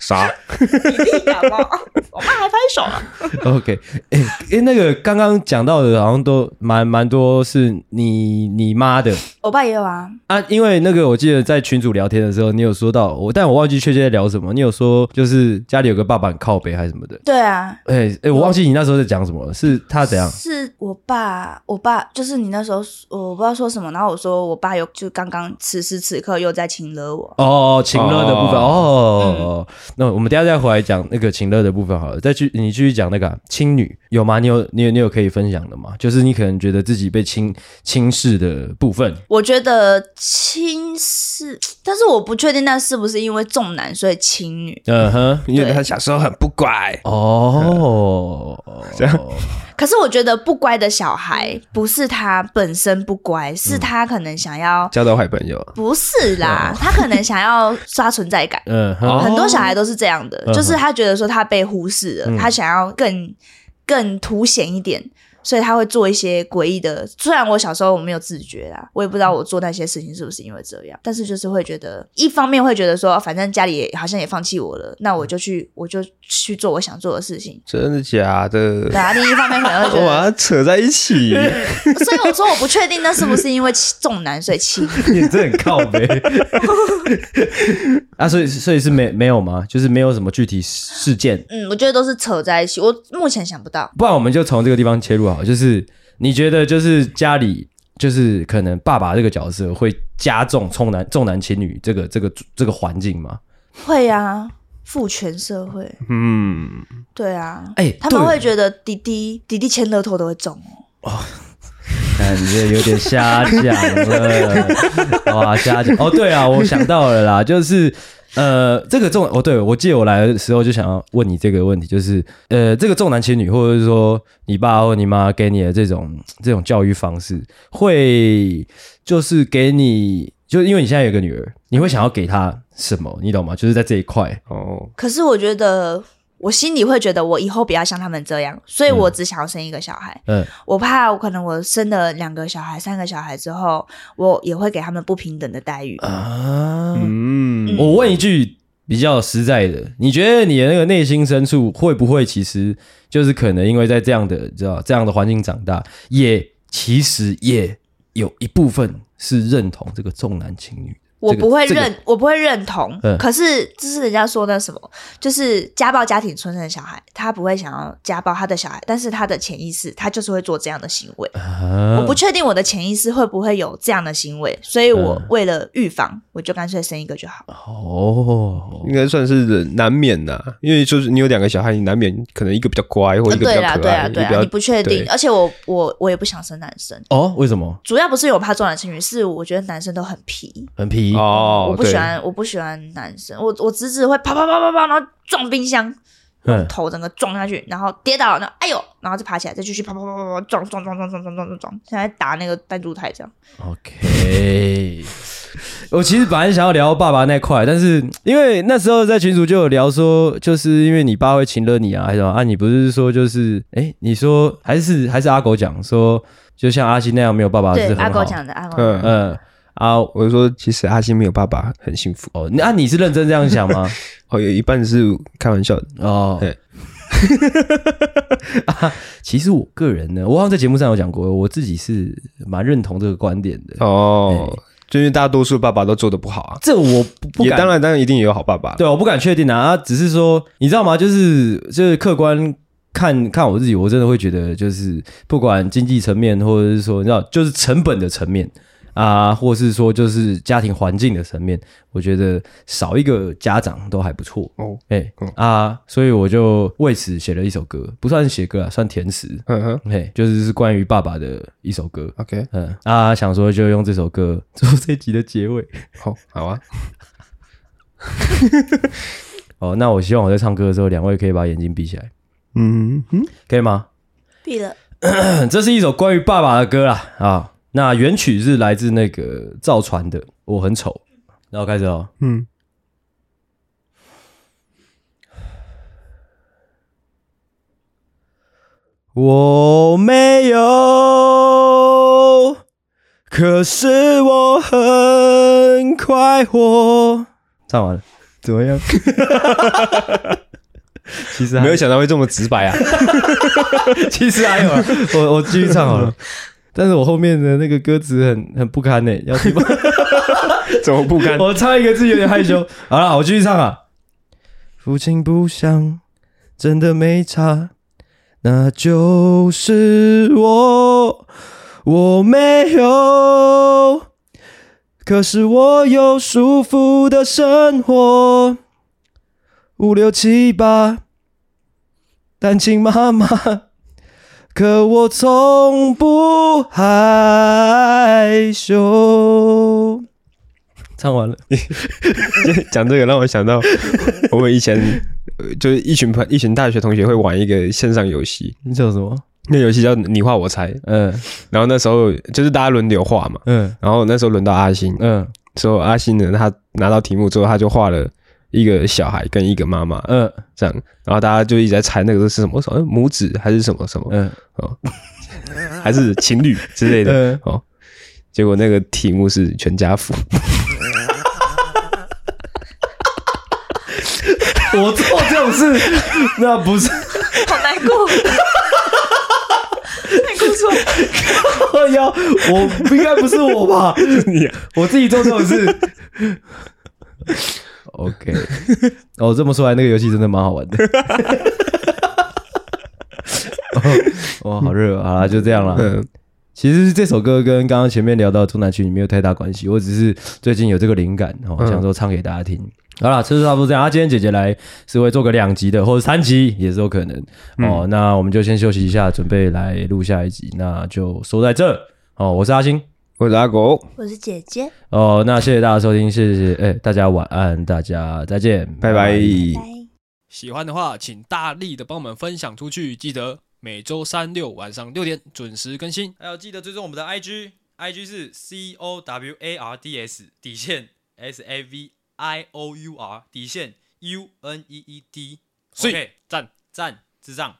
Speaker 2: 啥？
Speaker 1: 你弟敢吗？ 我妈还拍手啊了。
Speaker 3: OK，哎、哎，那个刚刚讲到的，好像都蛮蛮多是你你妈的
Speaker 1: 我爸也有啊，
Speaker 3: 啊，因为那个我记得在群主聊天的时候，你有说到我，但我忘记确切在聊什么。你有说就是家里有个爸爸很靠北还是什么的，
Speaker 1: 对啊，
Speaker 3: 哎、哎、我忘记你那时候在讲什么了，是他怎样？
Speaker 1: 是我爸，我爸就是你那时候说我不知道说什么，然后我说我爸有就刚刚此时此刻又在亲了我。
Speaker 3: 哦，情乐的部分哦，那我们等一下再回来讲那个情乐的部分好了。再去你继续讲那个啊青女有吗？你有你有你有可以分享的吗？就是你可能觉得自己被轻轻视的部分，
Speaker 1: 我觉得亲是，但是我不确定那是不是因为重男所以亲女。
Speaker 3: 嗯哼，
Speaker 2: 因为他小时候很不乖，
Speaker 3: 哦，
Speaker 2: 这样
Speaker 1: 可是我觉得不乖的小孩不是他本身不乖，是他可能想要、
Speaker 2: 交到坏朋友。
Speaker 1: 不是啦，他可能想要刷存在感。
Speaker 3: 嗯哼，
Speaker 1: 很多小孩都是这样的，
Speaker 3: 嗯
Speaker 1: 就是他觉得说他被忽视了，他想要更更凸显一点，所以他会做一些诡异的。虽然我小时候我没有自觉啦，我也不知道我做那些事情是不是因为这样，但是就是会觉得，一方面会觉得说，啊反正家里也好像也放弃我了，
Speaker 3: 嗯
Speaker 1: 那我就去我就去做我想做的事情。
Speaker 2: 真的假的
Speaker 1: 对？啊，另一方面可能 会觉
Speaker 2: 哇，扯在一起，
Speaker 1: 得，所以我说我不确定那是不是因为欺重男所以欺负
Speaker 3: 你真很靠北 啊，所以所以是没没有吗？就是没有什么具体事件，
Speaker 1: 嗯，我觉得都是扯在一起，我目前想不到。
Speaker 3: 不然我们就从这个地方切入好了，就是你觉得就是家里就是可能爸爸这个角色会加重重男重男轻女这个这个这个环境吗？
Speaker 1: 会啊，父权社会。
Speaker 2: 嗯，
Speaker 1: 对啊，
Speaker 3: 哎
Speaker 1: 他们
Speaker 3: 对
Speaker 1: 会觉得弟弟弟弟签乐透都会中哦。
Speaker 3: 感觉有点瞎讲了，哇，瞎讲哦，对啊，我想到了啦，就是呃，这个重哦，对我记得我来的时候就想要问你这个问题，就是呃，这个重男轻女，或者是说你爸或你妈给你的这种这种教育方式，会就是给你，就是因为你现在有个女儿，你会想要给她什么，你懂吗？就是在这一块，
Speaker 2: 哦，
Speaker 1: 可是我觉得我心里会觉得我以后不要像他们这样，所以我只想要生一个小孩。
Speaker 3: 嗯，
Speaker 1: 我怕我可能我生了两个小孩、三个小孩之后，我也会给他们不平等的待遇。
Speaker 3: 啊，
Speaker 2: 嗯，
Speaker 3: 我问一句比较实在的，你觉得你的那个内心深处会不会其实就是可能因为在这样的你知道这样的环境长大，也其实也有一部分是认同这个重男轻女的。
Speaker 1: 我
Speaker 3: 这个
Speaker 1: 不会
Speaker 3: 这个
Speaker 1: 认，我不会认同。
Speaker 3: 嗯
Speaker 1: 可是这是人家说的什么，就是家暴家庭出生的小孩，他不会想要家暴他的小孩，但是他的潜意识他就是会做这样的行为。
Speaker 3: 啊
Speaker 2: 嗯
Speaker 1: 我不确定我的潜意识会不会有这样的行为，所以我
Speaker 2: 嗯
Speaker 1: 为了预防，我就干脆生一个就好。
Speaker 3: 哦
Speaker 2: 应该算是人难免呐、因为就是你有两个小孩，你难免可能一个比较乖，或一个比
Speaker 1: 呃对
Speaker 2: 较
Speaker 1: 啦，
Speaker 2: 可
Speaker 1: 对
Speaker 2: 爱，
Speaker 1: 啦，
Speaker 2: 一
Speaker 1: 对
Speaker 2: 个比
Speaker 1: 啦，
Speaker 2: 较
Speaker 1: 你不确定
Speaker 2: 对，
Speaker 1: 而且我我我也不想生男生，
Speaker 3: 哦，为什么
Speaker 1: 主要不是因为我怕重男轻女，是我觉得男生都很皮，
Speaker 3: 很皮？
Speaker 2: 哦，
Speaker 1: 我不
Speaker 2: 对
Speaker 1: 喜欢我不喜欢男生，我我侄子会啪啪啪啪啪，然后撞冰箱，
Speaker 3: 嗯，
Speaker 1: 头整个撞下去，然后跌倒，然后哎呦，然后再爬起来，再继续啪啪啪啪啪撞撞撞撞撞撞撞撞撞，现在打那个弹珠台这样。
Speaker 3: OK，我其实本来想要聊爸爸那块，但是因为那时候在群组就有聊说，就是因为你爸会请了你啊，还是什么啊？你不是说就是哎、你说还是还是阿狗讲说，就像阿星那样没有爸
Speaker 2: 哦
Speaker 3: 爸是
Speaker 1: 对
Speaker 3: 很，好。
Speaker 1: 阿狗讲的，阿狗讲的
Speaker 2: 嗯，
Speaker 3: 嗯啊
Speaker 2: 我就说其实阿星没有爸爸很幸福，
Speaker 3: 哦，那、啊、你是认真这样想 吗？
Speaker 2: 哦，有一半是开玩笑的，
Speaker 3: 哦
Speaker 2: 对，
Speaker 3: 啊，其实我个人呢，我好像在节目上有讲过，我自己是蛮认同这个观点的。
Speaker 2: 哦，就因为大多数爸爸都做的不好啊，
Speaker 3: 这我不不
Speaker 2: 也
Speaker 3: 敢
Speaker 2: 当然当然一定也有好爸爸，
Speaker 3: 对，我不敢确定啊，啊只是说，你知道吗？就是就是客观看看我自己，我真的会觉得，就是不管经济层面，或者是说，你知道，就是成本的层面啊，或是说就是家庭环境的层面，我觉得少一个家长都还不错。
Speaker 2: 哦，
Speaker 3: 哎、
Speaker 2: 嗯
Speaker 3: 啊，所以我就为此写了一首歌，不算写歌啊，算填词。
Speaker 2: 嗯哼
Speaker 3: 嘿，就是是关于爸爸的一首歌。
Speaker 2: ，OK，
Speaker 3: 嗯啊，想说就用这首歌做这集的结尾。
Speaker 2: 好，好啊，
Speaker 3: 哦，那我希望我在唱歌的时候，两位可以把眼睛闭起来，
Speaker 2: 嗯嗯，
Speaker 3: 可以吗？
Speaker 1: 闭了。
Speaker 3: 嗯这是一首关于爸爸的歌啦啊。那原曲是来自那个赵传的《我很丑》，然后开始哦。
Speaker 2: 嗯，
Speaker 3: 我没有，可是我很快活。唱完了，怎 么样？其实还
Speaker 2: 没有想到会这么直白啊！
Speaker 3: 其实还有啊，我我继续唱好 了。但是我后面的那个歌词很很不堪呢、欸要听吗？
Speaker 2: 怎么不甘？
Speaker 3: 我唱一个字有点害 羞。好了，我继续唱啊。父亲不想，真的没差，那就是我，我没有，可是我有舒服的生活，五六七八，单亲妈妈，可我从不害羞。唱完了。
Speaker 2: 讲这个让我想到，我们以前呃就是一群朋一群大学同学会玩一个线上游戏，
Speaker 3: 你叫什么？
Speaker 2: 那游戏叫你画我猜。
Speaker 3: 嗯
Speaker 2: 然后那时候就是大家轮流画嘛，
Speaker 3: 嗯
Speaker 2: 然后那时候轮到阿星，呃
Speaker 3: 嗯
Speaker 2: 之后阿星呢，他拿到题目之后，他就画了一个小孩跟一个妈妈
Speaker 3: 嗯
Speaker 2: 这样，然后大家就一直在猜那个是什么什么拇指还是什么什么，哦
Speaker 3: 嗯
Speaker 2: 还是情侣之类的。
Speaker 3: 嗯，
Speaker 2: 哦，结果那个题目是全家福，
Speaker 3: 我做这种事，那不是
Speaker 1: 好难 过，太过错。
Speaker 3: 我要，我应该不是我吧？
Speaker 2: 你
Speaker 3: 我自己做这种事。OK，哦，这么说来，那个游戏真的蛮好 玩的。哦，哇，好热啊！好啦就这样啦。
Speaker 2: 嗯，
Speaker 3: 其实这首歌跟刚刚前面聊到的中南区没有太大关系，我只是最近有这个灵感，哦，
Speaker 2: 嗯
Speaker 3: 想说唱给大家听。好啦，这就差不多这样。啊，今天姐姐来是会做个两集的，或者三集也是有可能
Speaker 2: 嗯
Speaker 3: 哦。那我们就先休息一下，准备来录下一集，那就说在这。哦，我是阿星。
Speaker 2: 我是阿狗，
Speaker 1: 我是姐姐，
Speaker 3: 哦，那谢谢大家收听，谢谢，哎、大家晚安，大家再见，
Speaker 2: 拜拜。
Speaker 1: 拜。
Speaker 4: 喜欢的话，请大力的帮我们分享出去，记得每周三六晚上六点准时更新。
Speaker 5: 还有记得追踪我们的 IG，IG 是 C O W A R D S 底线 S A V I O U R 底线 U N E E D，
Speaker 4: 所以
Speaker 5: OK，
Speaker 4: 赞
Speaker 5: 赞智障。